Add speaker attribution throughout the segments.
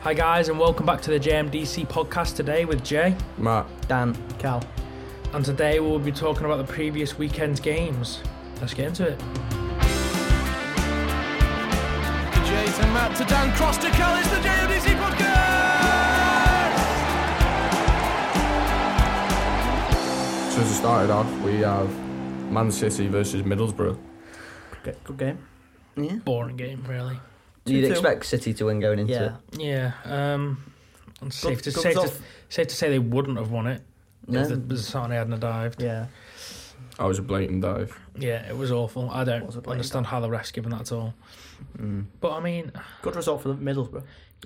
Speaker 1: Hi, guys, and welcome back to the JMDC podcast today with Jay.
Speaker 2: Matt,
Speaker 3: Dan, Cal.
Speaker 1: And today we'll be talking about the previous weekend's games. Let's get into it.
Speaker 4: To Jays and Matt to Dan Cross to Cal. It's the JMDC podcast.
Speaker 2: so as it started off, we have Man City versus Middlesbrough.
Speaker 3: Good, good game. Yeah.
Speaker 1: Boring game, really.
Speaker 5: You'd
Speaker 3: 2-2.
Speaker 5: expect City to win going into
Speaker 3: Yeah.
Speaker 1: Yeah. Um, and safe, to,
Speaker 3: Gloves
Speaker 1: safe, to,
Speaker 3: off.
Speaker 1: safe to say they wouldn't have won it
Speaker 5: it. No.
Speaker 1: if the, the Sane hadn't have dived.
Speaker 3: Yeah.
Speaker 2: That was a blatant dive.
Speaker 1: Yeah, it was awful. I don't
Speaker 3: Was a blame.
Speaker 1: understand how the refs given that at all.
Speaker 5: Mm.
Speaker 1: But I mean,
Speaker 3: Good result for the Middlesbrough.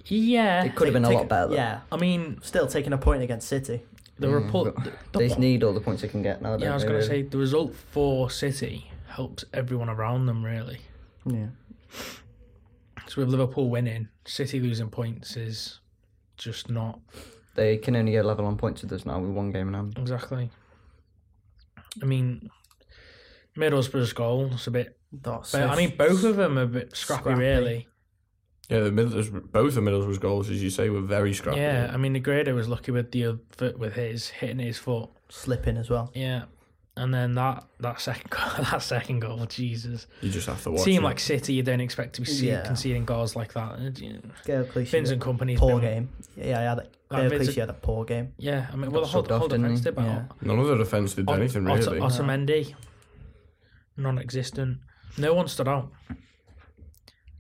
Speaker 1: yeah,
Speaker 5: It could have been a
Speaker 1: Take-
Speaker 5: lot better. Though.
Speaker 3: Yeah.
Speaker 1: I mean,
Speaker 3: Still taking a point against City.
Speaker 1: the report. The, the
Speaker 5: They just need all the points they can get now.
Speaker 1: yeah, I was going to say the result for City helps everyone around them really.
Speaker 3: Yeah.
Speaker 1: So with Liverpool winning, City losing points is just not
Speaker 5: they can only get level on points with us now with one game in hand.
Speaker 1: exactly. I mean, Middlesbrough's goal was a bit.
Speaker 3: That's
Speaker 1: But, I mean, both of them are a bit scrappy,
Speaker 3: Scrappy.
Speaker 1: really.
Speaker 2: Yeah, the Middlesbrough, both the Middlesbrough's goals, as you say, were very scrappy.
Speaker 1: Yeah, I mean, Negredo was lucky with the other, foot- with his hitting his foot.
Speaker 3: slipping as well.
Speaker 1: Yeah, and then that that second goal, that second goal, Jesus!
Speaker 2: you just have to watch.
Speaker 1: Team
Speaker 2: it.
Speaker 1: like City, you don't expect to be see,
Speaker 3: Yeah.
Speaker 1: conceding goals like that. You know,
Speaker 3: Gail Clichy.
Speaker 1: Fins
Speaker 3: had
Speaker 1: and
Speaker 3: a
Speaker 1: Company's
Speaker 3: Poor
Speaker 1: been-
Speaker 3: game. Yeah, I had it.
Speaker 1: That
Speaker 3: Gail
Speaker 1: Vincent-
Speaker 3: Clichy had a poor game.
Speaker 1: Yeah, I mean, well, the whole,
Speaker 5: subbed off,
Speaker 1: whole
Speaker 5: didn't
Speaker 1: defense
Speaker 5: he?
Speaker 1: did about
Speaker 3: Yeah.
Speaker 2: none of the defence did anything
Speaker 1: Ot-
Speaker 2: really.
Speaker 1: Otamendi, non-existent. No one stood out.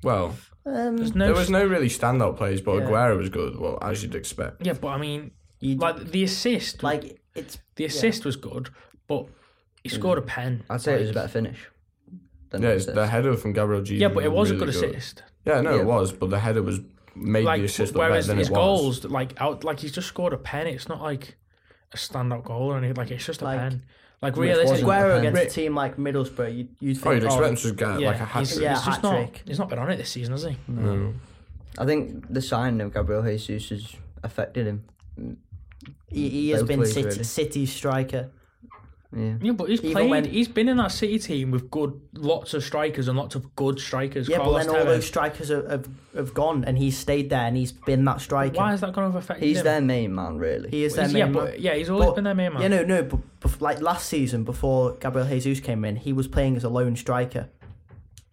Speaker 2: well,
Speaker 3: Um,
Speaker 1: There's
Speaker 2: there
Speaker 1: no.
Speaker 2: was no really standout plays, but
Speaker 3: Yeah.
Speaker 2: Aguero was good. Well, as you'd expect.
Speaker 1: yeah, but I mean,
Speaker 3: You d-
Speaker 1: like the assist, like
Speaker 3: like it's
Speaker 1: the assist was good, but he scored a pen.
Speaker 5: I'd say it was a better finish. Than
Speaker 2: Yeah,
Speaker 5: it
Speaker 2: it's
Speaker 5: was
Speaker 2: the
Speaker 5: this.
Speaker 2: header from Gabriel Jesus.
Speaker 1: Yeah, but it was
Speaker 2: really
Speaker 1: a good assist.
Speaker 2: Yeah, no,
Speaker 5: Yeah.
Speaker 2: it was, but the header was made
Speaker 1: Like
Speaker 2: the assist look better
Speaker 1: whereas
Speaker 2: than
Speaker 1: his
Speaker 2: it was.
Speaker 1: goals, like out, like he's just scored a pen. It's not like a standout goal or anything. Like it's just a
Speaker 3: Like-
Speaker 1: pen. Like
Speaker 5: Which
Speaker 1: realistically,
Speaker 5: wasn't
Speaker 3: Aguero
Speaker 5: Ri-
Speaker 3: against a team like Middlesbrough. You you
Speaker 2: Oh,
Speaker 3: think
Speaker 2: you'd
Speaker 3: oh,
Speaker 2: expect him to get like a hat
Speaker 1: he's,
Speaker 2: trick.
Speaker 3: Yeah,
Speaker 1: he's just not.
Speaker 3: hat-trick.
Speaker 1: He's not been on it this season, has he?
Speaker 5: I think the signing of Gabriel Jesus has affected him.
Speaker 3: he, he has
Speaker 5: Both
Speaker 3: been
Speaker 5: ways,
Speaker 3: City,
Speaker 5: really.
Speaker 3: City striker.
Speaker 5: Yeah.
Speaker 1: Yeah, but he's
Speaker 3: Even
Speaker 1: played.
Speaker 3: when-
Speaker 1: he's been in that City team with good, lots of strikers and lots of good strikers.
Speaker 3: Yeah,
Speaker 1: Carlos
Speaker 3: but then all
Speaker 1: Tevez.
Speaker 3: those strikers have, have, have gone, and he's stayed there, and he's been that striker.
Speaker 1: Why is that going to affect
Speaker 5: He's
Speaker 1: him?
Speaker 5: their main man, really.
Speaker 3: He is their
Speaker 1: He's-
Speaker 3: main
Speaker 1: yeah,
Speaker 3: man.
Speaker 1: but, yeah, he's always
Speaker 3: But-
Speaker 1: been their main man.
Speaker 3: Yeah, no, no. But, but like last season, before Gabriel Jesus came in, he was playing as a lone striker.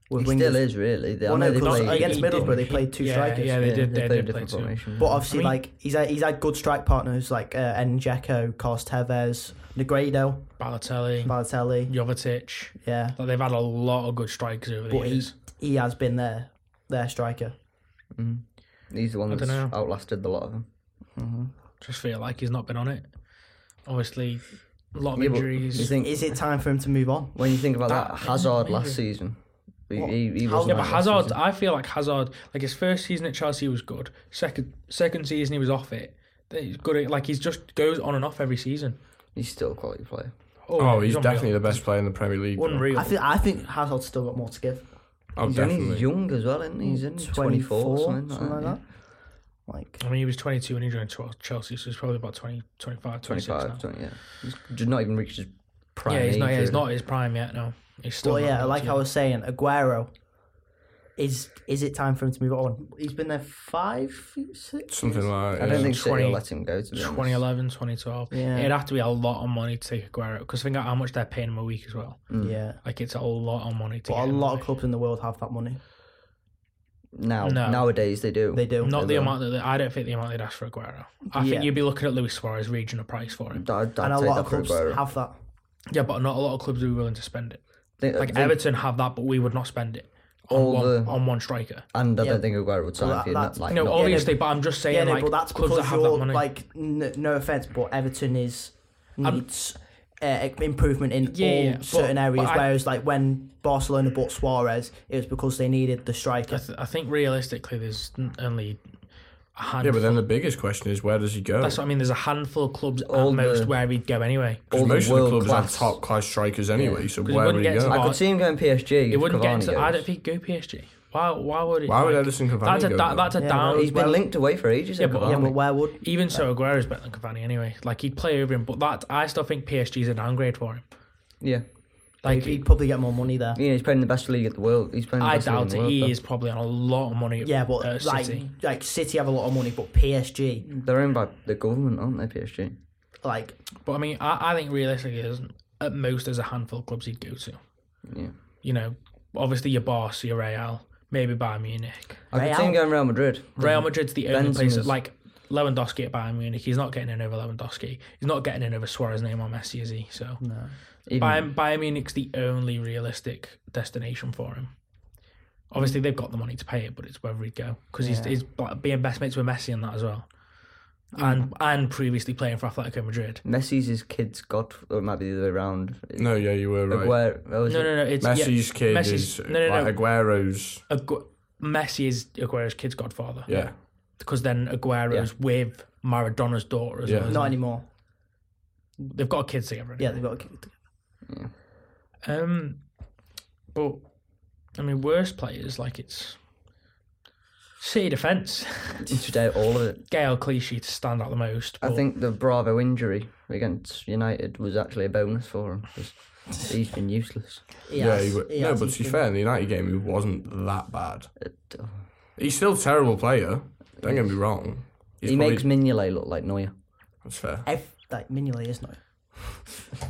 Speaker 5: He
Speaker 3: With
Speaker 5: still is, really. They,
Speaker 3: Well,
Speaker 5: I know
Speaker 3: no,
Speaker 5: they
Speaker 3: because
Speaker 5: played,
Speaker 3: against
Speaker 1: he
Speaker 3: Middlesbrough,
Speaker 1: did-
Speaker 3: they played two
Speaker 1: yeah,
Speaker 3: strikers.
Speaker 1: Yeah, they
Speaker 5: yeah,
Speaker 1: did. They, did
Speaker 5: played
Speaker 1: play
Speaker 5: different
Speaker 1: two.
Speaker 5: formation.
Speaker 3: But
Speaker 1: I
Speaker 3: obviously,
Speaker 1: mean-
Speaker 3: like he's had, he's had good strike partners like uh, Njeko, Carlos Tevez, Negredo,
Speaker 1: Balotelli,
Speaker 3: Balotelli.
Speaker 1: Jovetic.
Speaker 3: Yeah,
Speaker 1: Like they've had a lot of good strikers over the
Speaker 3: but he,
Speaker 1: years.
Speaker 3: he has been their their striker.
Speaker 5: He's the one
Speaker 1: I
Speaker 5: that's
Speaker 1: dunno.
Speaker 5: outlasted the lot of them.
Speaker 1: Just feel like he's not been on it. Obviously, a lot of
Speaker 5: Yeah, but
Speaker 1: injuries.
Speaker 5: you think,
Speaker 3: Is it time for him to move on?
Speaker 5: when you think about that,
Speaker 1: That-
Speaker 5: Hazard
Speaker 1: maybe.
Speaker 5: last season, he, he, he
Speaker 3: How-
Speaker 5: wasn't
Speaker 3: Yeah,
Speaker 1: Yeah,
Speaker 5: like
Speaker 1: but
Speaker 5: last
Speaker 1: Hazard,
Speaker 5: season.
Speaker 1: I feel like Hazard, like his first season at Chelsea was good. Second, second season he was off it. Then He's good. At, like he's just goes on and off every season.
Speaker 5: He's still a quality player.
Speaker 2: Oh, he's
Speaker 1: unreal.
Speaker 2: definitely the best player in the Premier League. bro.
Speaker 1: unreal.
Speaker 3: I think I think Hazard's still got more to give.
Speaker 2: Oh,
Speaker 5: He's only
Speaker 2: definitely.
Speaker 5: young as well, isn't he? He's only 24 or something, like that.
Speaker 3: Like
Speaker 1: I mean, he was 22 when he joined Chel- Chelsea, so he's probably about 20, 25, 26 now.
Speaker 5: 25, 20, yeah. He's j- not even reached his prime
Speaker 1: yeah, he's not.
Speaker 5: age,
Speaker 1: Yeah, he's
Speaker 5: really.
Speaker 1: not his prime yet. No, he's still.
Speaker 3: Well,
Speaker 1: not
Speaker 3: yeah,
Speaker 1: that
Speaker 3: like
Speaker 1: yet.
Speaker 3: I was saying, Aguero. Is is it time for him to move on? He's been there five, six.
Speaker 2: Something like that.
Speaker 5: I
Speaker 2: yeah.
Speaker 5: don't think City
Speaker 1: 20
Speaker 5: will let him go, to be honest.
Speaker 1: 2011, 2012.
Speaker 3: Yeah.
Speaker 1: It'd have to be a lot of money to take Aguero because think about how much they're paying him a week as well.
Speaker 3: Yeah,
Speaker 1: Like it's a lot of money to
Speaker 3: Mm. but
Speaker 1: get
Speaker 3: a
Speaker 1: him
Speaker 3: lot of
Speaker 1: away.
Speaker 3: clubs in the world have that money.
Speaker 5: Now,
Speaker 1: No.
Speaker 5: Nowadays, they do.
Speaker 3: They do.
Speaker 1: Not the
Speaker 5: will.
Speaker 1: amount that they, I don't think the amount they'd ask for Aguero. I
Speaker 3: Yeah.
Speaker 1: think you'd be looking at Luis Suarez regional price for him.
Speaker 5: I'd, I'd
Speaker 3: and a
Speaker 5: take
Speaker 3: lot
Speaker 5: that
Speaker 3: of
Speaker 5: for
Speaker 3: clubs
Speaker 5: Aguero.
Speaker 3: have that.
Speaker 1: Yeah, but not a lot of clubs would be willing to spend it.
Speaker 5: Think-
Speaker 1: Like
Speaker 5: think-
Speaker 1: Everton have that, but we would not spend it on,
Speaker 5: All
Speaker 1: one,
Speaker 5: the-
Speaker 1: on one striker.
Speaker 5: And I
Speaker 3: Yeah.
Speaker 5: don't think Aguero would sign
Speaker 3: Well,
Speaker 5: for you.
Speaker 3: that-
Speaker 5: not- like,
Speaker 1: No,
Speaker 5: not-
Speaker 1: obviously, but I'm just saying,
Speaker 3: Yeah, no,
Speaker 1: like,
Speaker 3: but that's
Speaker 1: clubs that
Speaker 3: because
Speaker 1: have
Speaker 3: you're
Speaker 1: that money.
Speaker 3: like, n- no offense, but Everton is needs uh, improvement in
Speaker 1: Yeah,
Speaker 3: all
Speaker 1: yeah, but-
Speaker 3: certain areas.
Speaker 1: but I-
Speaker 3: whereas, like when Barcelona bought Suarez, it was because they needed the striker.
Speaker 1: I, th- I think realistically, there's n- only a
Speaker 2: Yeah,
Speaker 1: handful.
Speaker 2: but then the biggest question is where does he go?
Speaker 1: that's what I mean. There's a handful of clubs
Speaker 5: All
Speaker 1: at most
Speaker 5: the-
Speaker 1: where he'd go anyway.
Speaker 5: all
Speaker 2: Most of the clubs
Speaker 5: world-class-
Speaker 2: have top class strikers anyway, so
Speaker 1: it
Speaker 2: where would
Speaker 1: wouldn't
Speaker 2: he
Speaker 1: get to
Speaker 2: go?
Speaker 1: the-
Speaker 5: I could see him going PSG.
Speaker 1: It wouldn't get
Speaker 5: Cavani
Speaker 1: into. I don't
Speaker 5: goes.
Speaker 1: think he'd go PSG. Why? Why would it?
Speaker 2: Why would
Speaker 1: like,
Speaker 2: Edison Cavani
Speaker 1: That's a,
Speaker 2: go
Speaker 1: that,
Speaker 2: there?
Speaker 1: that's a
Speaker 3: Yeah,
Speaker 1: down.
Speaker 3: but
Speaker 5: He's been linked away for ages.
Speaker 1: Yeah,
Speaker 5: Yeah,
Speaker 1: but-
Speaker 3: yeah, but
Speaker 5: Cavani.
Speaker 3: where would?
Speaker 1: Even so, Aguero's better than Cavani anyway. Like he'd play over him, but that I still think PSG's a downgrade for him.
Speaker 5: yeah.
Speaker 1: Like
Speaker 3: he'd probably get more money there.
Speaker 5: You know, he's playing in the best league in the world. He's playing. in The
Speaker 1: I
Speaker 5: best league in
Speaker 1: doubt
Speaker 5: the
Speaker 1: it.
Speaker 5: world,
Speaker 1: He
Speaker 5: though.
Speaker 1: is probably on a lot of money. at,
Speaker 3: Yeah, but
Speaker 1: uh,
Speaker 3: like
Speaker 1: City.
Speaker 3: like City have a lot of money, but PSG
Speaker 5: They're owned by the government, aren't they? PSG.
Speaker 3: like
Speaker 1: But I mean, I, I think realistically, there's, at most, there's a handful of clubs he'd go to.
Speaker 5: Yeah.
Speaker 1: You know, obviously your Barca, your Real, maybe Bayern Munich.
Speaker 5: I could
Speaker 3: Real.
Speaker 5: see him going Real Madrid.
Speaker 1: Real
Speaker 3: Mm-hmm.
Speaker 1: Madrid's the only place that,
Speaker 5: Benzema's-
Speaker 1: like, Lewandowski at Bayern Munich, he's not getting in over Lewandowski. He's not getting in over Suarez, Neymar, Messi, is he? So
Speaker 5: Even-
Speaker 1: Bayern, Bayern Munich's the only realistic destination for him. Obviously, they've got the money to pay it, but it's wherever he'd go because he's,
Speaker 3: Mm. Yeah. Mm.
Speaker 1: he's like, being best mates with Messi and that as well, and and previously playing for Atletico Madrid.
Speaker 5: Messi's his kid's god, or it might be the other way round.
Speaker 2: No, yeah, you were right.
Speaker 5: Aguero. oh, is
Speaker 1: No,
Speaker 5: it-
Speaker 1: no, no. It's yeah,
Speaker 2: Messi's kid
Speaker 1: Messi's-
Speaker 2: is
Speaker 1: no, no,
Speaker 2: like
Speaker 1: no.
Speaker 2: Aguero's.
Speaker 1: Agu- Messi is Aguero's kid's godfather.
Speaker 2: Yeah.
Speaker 1: because then Aguero's with Maradona's daughter as
Speaker 2: Yeah.
Speaker 1: well.
Speaker 3: not anymore.
Speaker 1: They've got kids together.
Speaker 3: Yeah, they've got. A,
Speaker 1: Um, but I mean, worst players like it's City defense.
Speaker 5: it's today all of it.
Speaker 1: Gail Clichy to stand out the most.
Speaker 5: I
Speaker 1: but-
Speaker 5: think the Bravo injury against United was actually a bonus for him. 'cause He's been useless.
Speaker 3: he
Speaker 2: Yeah,
Speaker 3: has-
Speaker 2: he wa-
Speaker 3: he
Speaker 2: no,
Speaker 3: has-
Speaker 2: but
Speaker 3: he's
Speaker 2: to be
Speaker 3: been-
Speaker 2: fair, in the United game, he wasn't that bad.
Speaker 5: It, oh.
Speaker 2: He's still a terrible player. Don't get me wrong. He's
Speaker 5: He
Speaker 2: probably-
Speaker 5: makes Mignolet look like Neuer.
Speaker 2: That's fair.
Speaker 3: F, like Mignolet is not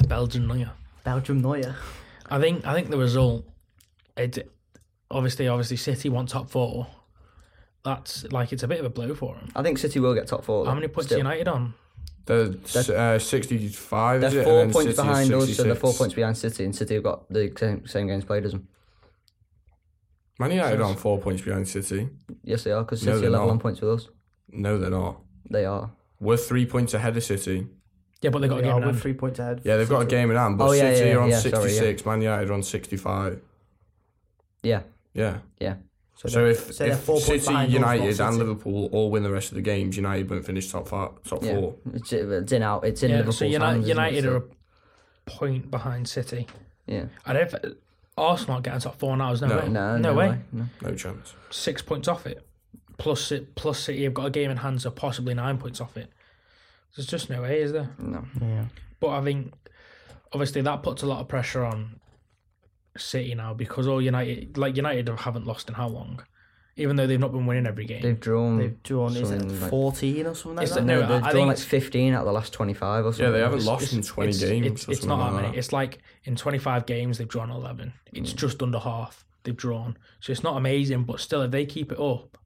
Speaker 1: Belgian Liga.
Speaker 3: Belgium Neuer.
Speaker 1: I think I think the result. It obviously obviously City want top four. That's like it's a bit of a blow for them.
Speaker 5: I think City will get top four.
Speaker 1: How many points
Speaker 5: still.
Speaker 1: are United on?
Speaker 2: They're s- uh, 65, is
Speaker 5: They're
Speaker 2: it?
Speaker 5: four
Speaker 2: And then
Speaker 5: points
Speaker 2: City is
Speaker 5: behind us, so they're
Speaker 2: 66.
Speaker 5: four points behind City, and City have got the same, same games played as them.
Speaker 2: Man United are on four points behind City.
Speaker 5: Yes, they are, because
Speaker 2: No,
Speaker 5: City
Speaker 2: they're
Speaker 5: are level
Speaker 2: not.
Speaker 5: on points with us.
Speaker 2: No, they're not.
Speaker 5: They are.
Speaker 2: We're three points ahead of City.
Speaker 1: Yeah, but they got a
Speaker 3: They
Speaker 1: game
Speaker 3: are
Speaker 1: in
Speaker 3: with
Speaker 1: hand.
Speaker 3: three points ahead.
Speaker 2: Yeah, they've got a game in hand, but
Speaker 5: Oh, yeah,
Speaker 2: City
Speaker 5: yeah,
Speaker 2: are on
Speaker 5: yeah, sorry,
Speaker 2: 66, Man United are on 65.
Speaker 5: Yeah,
Speaker 2: Yeah.
Speaker 5: yeah.
Speaker 2: So,
Speaker 3: they're-
Speaker 2: if,
Speaker 3: so they're
Speaker 2: if
Speaker 3: four points
Speaker 2: City,
Speaker 3: behind us, not
Speaker 2: United, and
Speaker 3: City.
Speaker 2: Liverpool all win the rest of the games, United won't finish top, four, top
Speaker 5: Yeah,
Speaker 2: four.
Speaker 5: it's, it's in out. It's in
Speaker 1: Yeah,
Speaker 5: Liverpool's
Speaker 1: so United,
Speaker 5: hands, isn't it?
Speaker 1: United
Speaker 5: So-
Speaker 1: are a point behind City.
Speaker 5: yeah.
Speaker 1: I don't. thi- Arsenal aren't getting top four now. There's no,
Speaker 2: No,
Speaker 1: way.
Speaker 5: No,
Speaker 1: No, way.
Speaker 5: No.
Speaker 2: No chance.
Speaker 1: Six points off it. Plus, it- plus City have got a game in hand, so possibly nine points off it. There's just no way, is there?
Speaker 5: no.
Speaker 1: But I think obviously that puts a lot of pressure on City now because all United, like United, haven't lost in how long, even though they've not been winning every game.
Speaker 5: They've drawn.
Speaker 3: They've drawn is it
Speaker 5: something like-
Speaker 3: fourteen or something like
Speaker 1: It's
Speaker 3: that?
Speaker 1: a-
Speaker 5: No,
Speaker 1: No, I
Speaker 5: they've
Speaker 1: think
Speaker 5: drawn like
Speaker 1: it's-
Speaker 5: 15 out of the last 25 or something.
Speaker 2: Yeah, they haven't
Speaker 5: It's-
Speaker 2: lost in 20 games.
Speaker 1: It's,
Speaker 2: or
Speaker 1: it's
Speaker 2: something
Speaker 1: not that
Speaker 2: like
Speaker 1: many. It's like in 25 games they've drawn 11. It's
Speaker 2: Mm.
Speaker 1: just under half they've drawn. So it's not amazing, but still, if they keep it up,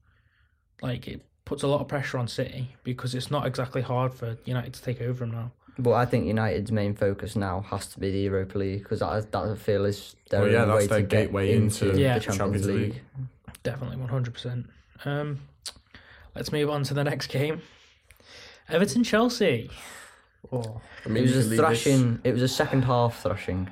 Speaker 1: like it puts a lot of pressure on City because it's not exactly hard for United to take over them now.
Speaker 5: But I think United's mamain focus now has to be the Europa League because that, that I feel is their
Speaker 2: Well, yeah,
Speaker 5: only
Speaker 2: that's
Speaker 5: way
Speaker 2: their
Speaker 5: to get
Speaker 2: gateway into
Speaker 5: into
Speaker 1: Yeah.
Speaker 5: the Champions,
Speaker 2: Champions
Speaker 5: League.
Speaker 2: League.
Speaker 1: Definitely 100%. Um, let's move on to the next game. Everton Chelsea.
Speaker 3: Oh,
Speaker 2: I
Speaker 5: It
Speaker 2: mean, you
Speaker 5: was
Speaker 2: could
Speaker 5: a
Speaker 2: leave this-
Speaker 5: thrashing. It was a second half thrashing.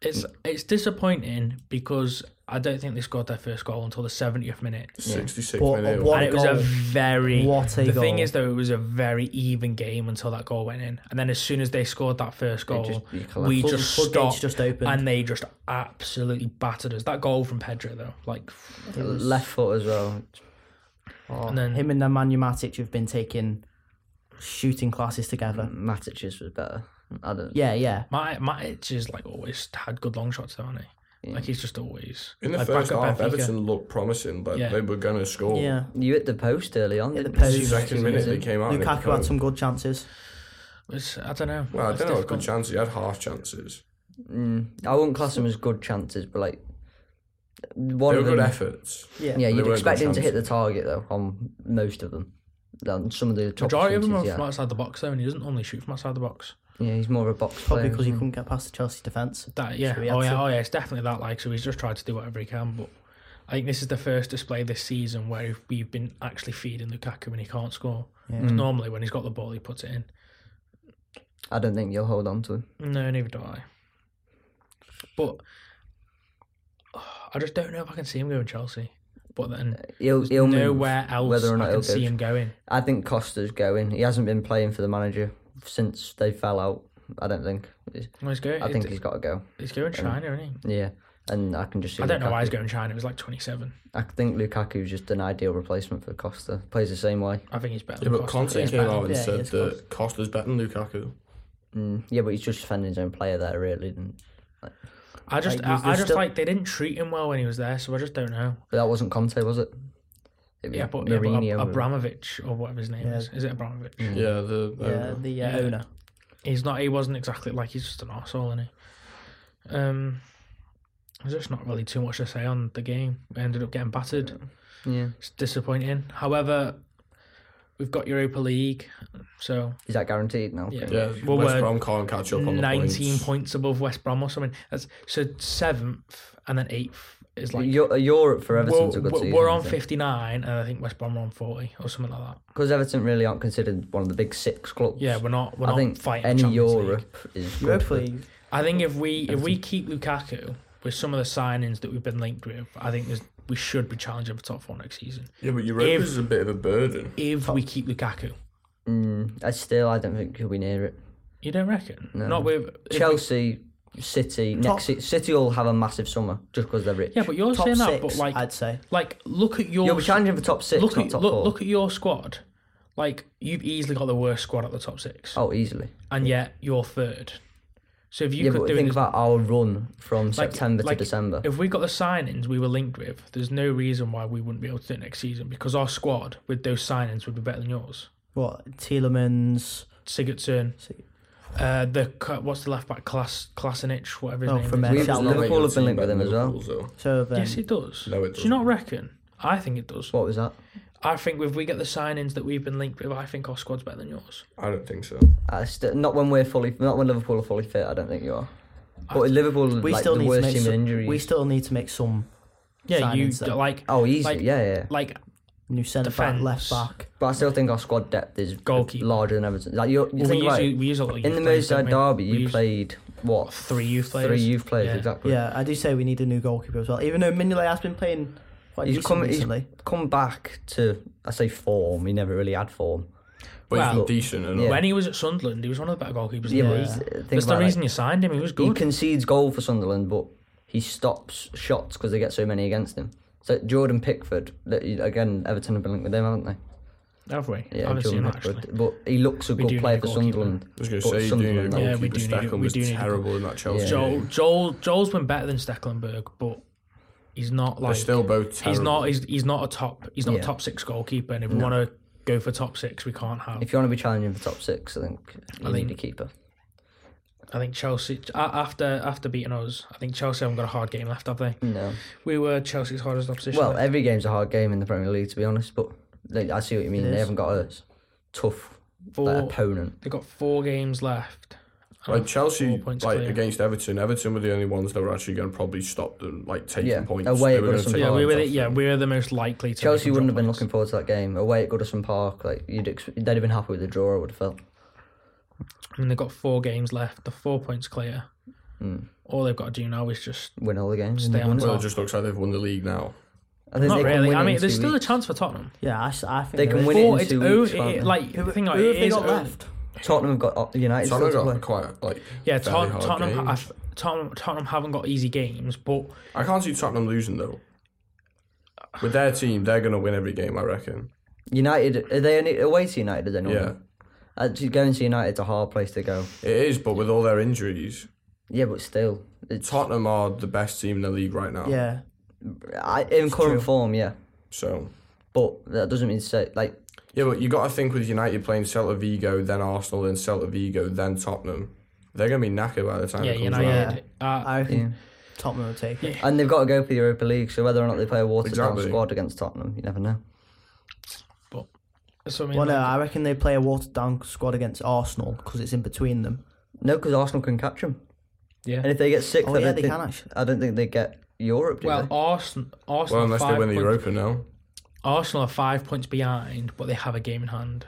Speaker 1: It's it's disappointing because I don't think they scored their first goal until the 70th minute.
Speaker 2: 66
Speaker 3: But, uh,
Speaker 2: minute.
Speaker 3: what-
Speaker 1: and it was a
Speaker 3: goal.
Speaker 1: very
Speaker 3: What a
Speaker 1: the thing
Speaker 3: goal.
Speaker 1: is though it was a very even game until that goal went in and then as soon as they scored that first goal
Speaker 5: just- you collapsed.
Speaker 1: we
Speaker 5: Flood-
Speaker 1: just
Speaker 3: floodgates
Speaker 1: stopped
Speaker 3: just opened.
Speaker 1: and they just absolutely battered us that goal from Pedro though like
Speaker 5: Left foot as well.
Speaker 1: and then
Speaker 3: Oh, him and the Matic have been taking shooting classes together.
Speaker 2: Mm.
Speaker 5: Matic's was better. I don't.
Speaker 3: Yeah, yeah.
Speaker 1: my Matic is like always had good long shots though hasn't he like he's just always
Speaker 2: In the
Speaker 1: like,
Speaker 2: first
Speaker 1: back up
Speaker 2: half,
Speaker 1: Benfica.
Speaker 2: Everton looked promising, but
Speaker 1: Yeah.
Speaker 2: they were going to score.
Speaker 3: Yeah.
Speaker 5: You hit the post early on.
Speaker 3: the
Speaker 5: didn't
Speaker 3: post.
Speaker 5: you?
Speaker 2: Second minute, they came out. and they
Speaker 3: Lukaku had
Speaker 2: were-
Speaker 3: some good chances.
Speaker 1: It's- I don't know
Speaker 2: Well, I
Speaker 1: It's
Speaker 2: don't know. Good
Speaker 1: difficult.
Speaker 2: chance. He had half chances.
Speaker 5: I wouldn't class them as good chances, but like one
Speaker 2: They were
Speaker 5: of them.
Speaker 2: good efforts.
Speaker 3: Yeah.
Speaker 5: Yeah, you'd
Speaker 2: weren't
Speaker 5: expect
Speaker 2: good
Speaker 5: him to hit the target though on most of them. On some of the top
Speaker 1: majority of them are
Speaker 5: opportunities,
Speaker 1: from
Speaker 5: yeah.
Speaker 1: outside the box though and he doesn't normally shoot from outside the box
Speaker 5: yeah, he's more of a box
Speaker 3: Probably
Speaker 5: player.
Speaker 3: because he
Speaker 5: isn't
Speaker 3: couldn't get past the Chelsea defence.
Speaker 1: Mm. That yeah,
Speaker 3: So he had
Speaker 1: oh yeah,
Speaker 3: to-
Speaker 1: oh yeah. It's definitely that. Like, so he's just tried to do whatever he can. But I think this is the first display this season where we've been actually feeding Lukaku when he can't score. 'Cause
Speaker 5: Mm.
Speaker 1: Normally, when he's got the ball, he puts it in.
Speaker 5: he? I don't think you'll hold on to him.
Speaker 1: No, neither do I. But I just don't know if I can see him going Chelsea. But then
Speaker 5: He'll, Uh, he'll move.
Speaker 1: nowhere else
Speaker 5: whether or not
Speaker 1: I can
Speaker 5: he'll
Speaker 1: see
Speaker 5: go.
Speaker 1: him going.
Speaker 5: I think Costa's going. He hasn't been playing for the manager since they fell out. I don't think.
Speaker 1: Well, he's going.
Speaker 5: I think
Speaker 1: he's,
Speaker 5: he's got to go.
Speaker 1: he's going China, isn't he?
Speaker 5: Yeah, and I can just see.
Speaker 1: I don't know why he's
Speaker 5: Lukaku.
Speaker 1: going China. He was like twenty-seven.
Speaker 5: I think Lukaku's just an ideal replacement for Costa. Plays the same way.
Speaker 1: I think he's better.
Speaker 2: Yeah,
Speaker 1: than
Speaker 2: but
Speaker 1: Costa.
Speaker 2: Conte came out and
Speaker 3: Yeah,
Speaker 2: said
Speaker 3: it's
Speaker 2: that Costa's better than Lukaku.
Speaker 5: Yeah, but he's just defending his own player there, really. And,
Speaker 1: I just,
Speaker 5: Like, there's-
Speaker 1: I, I
Speaker 5: there's
Speaker 1: just
Speaker 5: still-
Speaker 1: like they didn't treat him well when he was there, so I just don't know.
Speaker 5: But that wasn't Conte, was it? It was
Speaker 1: Yeah, but, yeah, but
Speaker 5: Mourinho.
Speaker 1: Ab-
Speaker 5: and-
Speaker 1: Abramovich or whatever his name
Speaker 3: Yeah.
Speaker 1: is, is it Abramovich?
Speaker 2: Yeah, the
Speaker 3: Yeah,
Speaker 2: owner.
Speaker 3: the uh,
Speaker 1: Mm. Yeah.
Speaker 3: owner.
Speaker 1: He's not. He wasn't exactly like he's just an arsehole, isn't he? Um, there's just not really too much to say on the game. We ended up getting battered.
Speaker 5: yeah.
Speaker 1: It's disappointing. However, we've got Europa League, so
Speaker 5: Is that guaranteed now?
Speaker 1: Yeah.
Speaker 2: yeah.
Speaker 1: Well,
Speaker 2: West
Speaker 1: we're
Speaker 2: Brom can't catch up on the
Speaker 1: 19
Speaker 2: points.
Speaker 1: points. above West Brom or something. That's so seventh and then eighth is like.
Speaker 5: Eu- Europe for
Speaker 1: We're,
Speaker 5: Everton's a good
Speaker 1: we're-
Speaker 5: season.
Speaker 1: we're on 59, and I think West Brom are on 40 or something like that.
Speaker 5: because Everton really aren't considered one of the big six clubs.
Speaker 1: Yeah, we're not. We're
Speaker 5: I
Speaker 1: not
Speaker 5: think
Speaker 1: fighting
Speaker 5: any
Speaker 1: Champions League.
Speaker 5: Europe is good.
Speaker 3: Europa
Speaker 5: for-
Speaker 3: League.
Speaker 1: I think if we if we keep Lukaku with some of the signings that we've been linked with, I think there's, we should be challenging for top four next season.
Speaker 2: Yeah, but Europa's
Speaker 1: If-
Speaker 2: is a bit of a burden.
Speaker 1: If we keep Lukaku,
Speaker 5: Mm, I still, I don't think he'll be near it.
Speaker 1: you don't reckon? Not with if we-
Speaker 5: Chelsea, City, next se- City will have a massive summer just because they're rich.
Speaker 1: yeah, but you're
Speaker 3: Top
Speaker 1: saying
Speaker 3: six,
Speaker 1: that, but like
Speaker 3: I'd say.
Speaker 1: like look at your
Speaker 5: you'll be challenging for top six,
Speaker 1: look
Speaker 5: not
Speaker 1: at
Speaker 5: top
Speaker 1: look,
Speaker 5: four.
Speaker 1: look at your squad. Like you've easily got the worst squad at the top six,
Speaker 5: oh, easily.
Speaker 1: and yet you're third. So if you
Speaker 5: yeah,
Speaker 1: could
Speaker 5: but
Speaker 1: do
Speaker 5: think
Speaker 1: it,
Speaker 5: about our run from
Speaker 1: like-
Speaker 5: September
Speaker 1: like,
Speaker 5: to December.
Speaker 1: If we got the signings we were linked with, there's no reason why we wouldn't be able to do it next season because our squad with those signings would be better than yours.
Speaker 3: What? Tielemans.
Speaker 1: Sigurdsson.
Speaker 3: Sig-
Speaker 1: Uh, the cu- what's the left back class Klasenich, whatever his
Speaker 3: Oh,
Speaker 1: name
Speaker 3: from
Speaker 1: is.
Speaker 3: Manchester.
Speaker 5: We've-
Speaker 3: Shall-
Speaker 5: Liverpool have been linked with him as well.
Speaker 2: Liverpool,
Speaker 3: So then,
Speaker 1: Yes, it does.
Speaker 2: No, it
Speaker 1: Do you not reckon? I think it does.
Speaker 5: What was that?
Speaker 1: I think if we get the signings that we've been linked with, I think our squad's better than yours.
Speaker 2: I don't think so.
Speaker 5: I st- not when we're fully, not when Liverpool are fully fit. I don't think you are. But Liverpool,
Speaker 3: we
Speaker 5: like,
Speaker 3: still
Speaker 5: the
Speaker 3: need to
Speaker 5: worst
Speaker 3: make
Speaker 5: team in
Speaker 3: some,
Speaker 5: injuries.
Speaker 3: We still need to make some
Speaker 1: Yeah, you
Speaker 3: signings, though.
Speaker 1: like
Speaker 5: oh, easy.
Speaker 1: like-
Speaker 5: yeah, yeah.
Speaker 1: like
Speaker 3: new centre back,
Speaker 1: Defence.
Speaker 3: left back.
Speaker 5: But I still think our squad depth is
Speaker 1: Goalkeeper.
Speaker 5: larger than Everton. Like you, you
Speaker 1: well, we,
Speaker 5: think about
Speaker 1: usually,
Speaker 5: it,
Speaker 1: we use a lot of
Speaker 5: in the
Speaker 1: youth players,
Speaker 5: Merseyside
Speaker 1: don't we?
Speaker 5: derby,
Speaker 1: We
Speaker 5: you
Speaker 1: use
Speaker 5: played what
Speaker 1: three youth players.
Speaker 5: three youth players
Speaker 1: Yeah.
Speaker 5: exactly.
Speaker 3: Yeah, I do say we need a new goalkeeper as well. Even though Mignolet has been playing quite
Speaker 5: He's
Speaker 3: decent
Speaker 5: come- he's-
Speaker 3: recently.
Speaker 5: come back to I say form. He never really had form.
Speaker 2: But he's
Speaker 1: Well,
Speaker 2: been decent and
Speaker 5: yeah.
Speaker 1: When he was at Sunderland, he was one of the better goalkeepers.
Speaker 5: Yeah,
Speaker 1: in
Speaker 5: but
Speaker 1: the
Speaker 5: he's,
Speaker 1: league.
Speaker 5: think
Speaker 1: that's the
Speaker 5: about, like,
Speaker 1: reason you signed him. He was
Speaker 5: He
Speaker 1: good.
Speaker 5: concedes goal for Sunderland, but he stops shots because they get so many against him. So Jordan Pickford, that- again, Everton have been linked with him, haven't they?
Speaker 1: Have we? I haven't seen
Speaker 5: Jordan
Speaker 1: that
Speaker 5: Pickford.
Speaker 1: actually.
Speaker 5: But he looks a
Speaker 1: We do
Speaker 5: good
Speaker 1: need
Speaker 5: player
Speaker 1: a
Speaker 5: for
Speaker 1: goalkeeper.
Speaker 5: Sunderland.
Speaker 2: I was going
Speaker 5: but
Speaker 2: to say, you do need a
Speaker 5: Sunderland-
Speaker 1: Yeah, we
Speaker 2: goalkeeper.
Speaker 1: do need a-
Speaker 2: Steckham
Speaker 1: we
Speaker 2: was
Speaker 1: do need a-
Speaker 2: terrible in that Chelsea
Speaker 5: Yeah.
Speaker 1: Joel
Speaker 2: game.
Speaker 1: Joel Joel's been better than Stecklenburg, but he's not
Speaker 2: They're
Speaker 1: like
Speaker 2: still both terrible.
Speaker 1: he's not he's, he's not a top he's not
Speaker 5: Yeah.
Speaker 1: a top six goalkeeper, and if we want to go for top six, we can't have.
Speaker 5: If you want to be challenging for top six, I think you need a keeper.
Speaker 1: I think Chelsea a- after after beating us, I think Chelsea haven't got a hard game left, have they?
Speaker 5: No.
Speaker 1: We were Chelsea's hardest opposition.
Speaker 5: Well, every game's a hard game in the Premier League, to be honest. But like, I see what you mean. They
Speaker 3: is.
Speaker 5: haven't got a tough
Speaker 1: four,
Speaker 5: like, opponent.
Speaker 1: they got four games left.
Speaker 2: Like Chelsea,
Speaker 1: Four points
Speaker 2: like
Speaker 1: clear.
Speaker 2: against Everton, Everton were the only ones that were actually going to probably stop them, like taking
Speaker 5: Yeah,
Speaker 2: points.
Speaker 5: away
Speaker 2: they
Speaker 5: at
Speaker 2: were gonna
Speaker 5: Goodison
Speaker 2: take
Speaker 5: Park.
Speaker 1: Yeah, we
Speaker 2: points
Speaker 1: were the,
Speaker 2: off
Speaker 1: yeah
Speaker 2: them.
Speaker 1: we were the most likely to.
Speaker 5: Chelsea
Speaker 1: make them
Speaker 5: wouldn't have
Speaker 1: drop
Speaker 5: been
Speaker 1: points.
Speaker 5: looking forward to that game. Away at Goodison Park, like you'd, ex- they'd have been happy with the draw. I would have felt.
Speaker 1: I mean, they've got four games left. They're four points clear.
Speaker 5: Hmm.
Speaker 1: All they've got to do now is just
Speaker 5: win all the games.
Speaker 1: stay on
Speaker 2: Well, it
Speaker 1: top.
Speaker 2: just looks like they've won the league now.
Speaker 5: I think
Speaker 1: Not
Speaker 5: can
Speaker 1: really.
Speaker 5: win
Speaker 1: I
Speaker 5: it
Speaker 1: mean,
Speaker 5: in
Speaker 1: there's
Speaker 5: two
Speaker 1: still a
Speaker 5: weeks.
Speaker 1: chance for Tottenham.
Speaker 3: Yeah, I, s- I think
Speaker 5: They
Speaker 3: there
Speaker 5: can
Speaker 3: is.
Speaker 5: win it
Speaker 1: Four,
Speaker 5: in
Speaker 1: it's
Speaker 5: two
Speaker 1: o-
Speaker 5: weeks. can't
Speaker 1: it-
Speaker 5: they?
Speaker 1: like
Speaker 3: Who,
Speaker 1: the thing, like,
Speaker 3: who
Speaker 1: it
Speaker 3: have they
Speaker 1: is
Speaker 3: got
Speaker 1: o-
Speaker 3: left?
Speaker 5: Tottenham have got uh, United still
Speaker 2: Tottenham
Speaker 5: to play.
Speaker 2: got quite like
Speaker 1: Yeah,
Speaker 2: fairly
Speaker 1: Tot-
Speaker 2: hard
Speaker 1: Tottenham,
Speaker 2: games.
Speaker 1: have, Tottenham, Tottenham haven't got easy games, but
Speaker 2: I can't see Tottenham losing though. With their team, they're going to win every game, I reckon.
Speaker 5: United are they only away to United? Are they not?
Speaker 2: Yeah,
Speaker 5: Actually, going to United's a hard place to go.
Speaker 2: it is. But with all their injuries,
Speaker 5: Yeah, but still, it's
Speaker 2: Tottenham are the best team in the league right now.
Speaker 3: Yeah.
Speaker 5: I, in current
Speaker 3: true.
Speaker 5: form. Yeah,
Speaker 2: So
Speaker 5: but that doesn't mean to say like
Speaker 2: yeah, but you got to think with United playing Celta Vigo, then Arsenal, then Celta Vigo, then Tottenham. They're going to be knackered by the time.
Speaker 1: yeah,
Speaker 2: it comes
Speaker 1: United. Uh,
Speaker 3: I reckon Tottenham will take it.
Speaker 5: And they've got to go for the Europa League, so whether or not they play a watered
Speaker 2: Exactly.
Speaker 5: down squad against Tottenham, you never know.
Speaker 1: so I mean,
Speaker 3: Well, no,
Speaker 1: like,
Speaker 3: I reckon they play a watered down squad against Arsenal because it's in between them.
Speaker 5: No, because Arsenal can catch them.
Speaker 1: Yeah.
Speaker 5: And if they get sixth,
Speaker 3: Oh,
Speaker 5: I
Speaker 3: yeah,
Speaker 5: don't
Speaker 3: they
Speaker 5: think,
Speaker 3: can actually.
Speaker 5: I don't think they get Europe. Do
Speaker 1: well,
Speaker 5: they?
Speaker 1: Arsenal, Arsenal,
Speaker 2: Well, unless
Speaker 1: five
Speaker 2: they win the
Speaker 1: points-
Speaker 2: Europa now.
Speaker 1: Arsenal are five points behind, but they have a game in hand.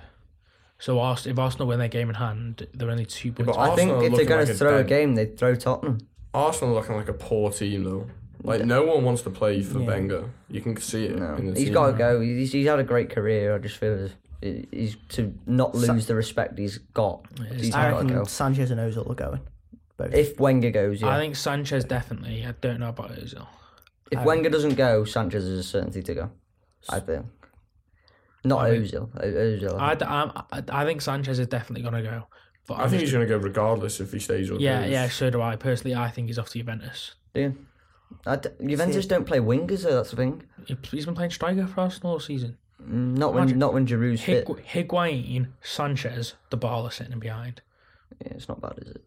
Speaker 1: So Ars- if Arsenal win their game in hand, they're only two points.
Speaker 2: but
Speaker 1: back.
Speaker 5: I think
Speaker 2: Arsenal are
Speaker 5: if they're
Speaker 2: looking
Speaker 5: going
Speaker 2: like
Speaker 5: to
Speaker 2: a
Speaker 5: throw a
Speaker 2: dead-
Speaker 5: game, they throw Tottenham.
Speaker 2: Arsenal are looking like a poor team though. Like no one wants to play for Wenger. You can see it.
Speaker 5: No,
Speaker 2: in the
Speaker 5: he's
Speaker 2: team.
Speaker 5: got to go. He's, he's had a great career. I just feel he- he's to not lose the respect he's got. He's
Speaker 3: I
Speaker 5: got to
Speaker 3: reckon
Speaker 5: go.
Speaker 3: Sanchez and Ozil are going. Both.
Speaker 5: If Wenger goes, yeah.
Speaker 1: I think Sanchez definitely. I don't know about Ozil.
Speaker 5: if Wenger doesn't go, Sanchez is a certainty to go. I think. Not Ozil. O- Ozil. I
Speaker 1: I, am I, I think Sanchez is definitely going to go. But
Speaker 2: I think he's going to go regardless if he stays or
Speaker 1: yeah,
Speaker 2: goes.
Speaker 1: yeah, so do I. Personally, I think he's off to Juventus.
Speaker 5: Do you? I d- Juventus
Speaker 3: it.
Speaker 5: don't play wingers, though. That's the thing.
Speaker 1: He- He's been playing striker for Arsenal all season.
Speaker 5: Mm, Not when,
Speaker 1: Imagine-
Speaker 5: not when Giroud's fit.
Speaker 1: Higu- Higuain, Sanchez, the ball are sitting behind.
Speaker 5: Yeah, it's not bad, is it?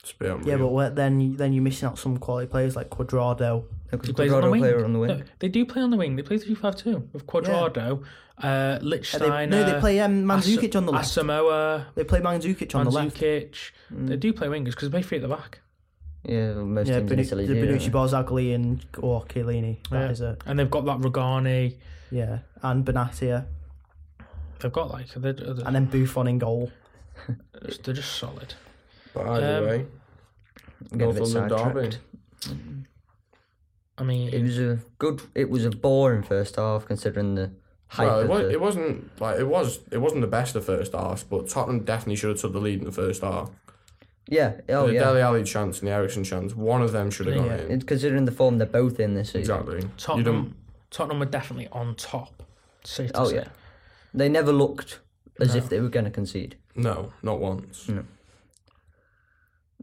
Speaker 2: It's a bit unreal.
Speaker 3: Yeah, but what, then then you're missing out some quality players like Quadrado.
Speaker 5: Because
Speaker 1: He plays on the wing.
Speaker 5: player on the wing.
Speaker 1: No, they do play on the wing. They play 3 5 2 with Quadrado, uh, Lichsteiner.
Speaker 3: no, they play, um, Mandzukic
Speaker 1: As-
Speaker 3: on the left.
Speaker 1: Asamoah,
Speaker 3: They play Mandzukic on the left. Mm.
Speaker 1: Mandzukic. They do play wingers because they play three at the back.
Speaker 5: Yeah, well, most
Speaker 3: Yeah,
Speaker 5: teams
Speaker 3: Benu-
Speaker 5: in Italy
Speaker 3: the
Speaker 5: do. don't
Speaker 3: Benucci,
Speaker 5: they?
Speaker 3: Barzagli, and or Chiellini.
Speaker 1: Yeah.
Speaker 3: That is it.
Speaker 1: And they've got that Regani.
Speaker 3: Yeah, and Benatia,
Speaker 1: They've got like they're, they're,
Speaker 3: and then Buffon in goal.
Speaker 1: they're just solid.
Speaker 2: But either
Speaker 1: Um,
Speaker 2: way,
Speaker 5: uh, Get a bit
Speaker 2: Northumberland derby.
Speaker 5: sidetracked.
Speaker 1: I mean,
Speaker 5: It was a good. It was a boring first half considering the hype.
Speaker 2: Well, it,
Speaker 5: of
Speaker 2: was,
Speaker 5: the,
Speaker 2: it wasn't like it was. It wasn't the best of first half, but Tottenham definitely should have took the lead in the first half.
Speaker 5: yeah. Oh
Speaker 2: the
Speaker 5: yeah.
Speaker 2: Deli Alley chance and the Ericsson chance, one of them should have gone
Speaker 3: Yeah.
Speaker 2: in.
Speaker 5: It's considering the form they're both in this season.
Speaker 2: Exactly. You don't.
Speaker 1: Tottenham, Tottenham were definitely on top. Safe to
Speaker 5: Oh
Speaker 1: say.
Speaker 5: yeah. They never looked as if they were going to concede.
Speaker 2: No, not once.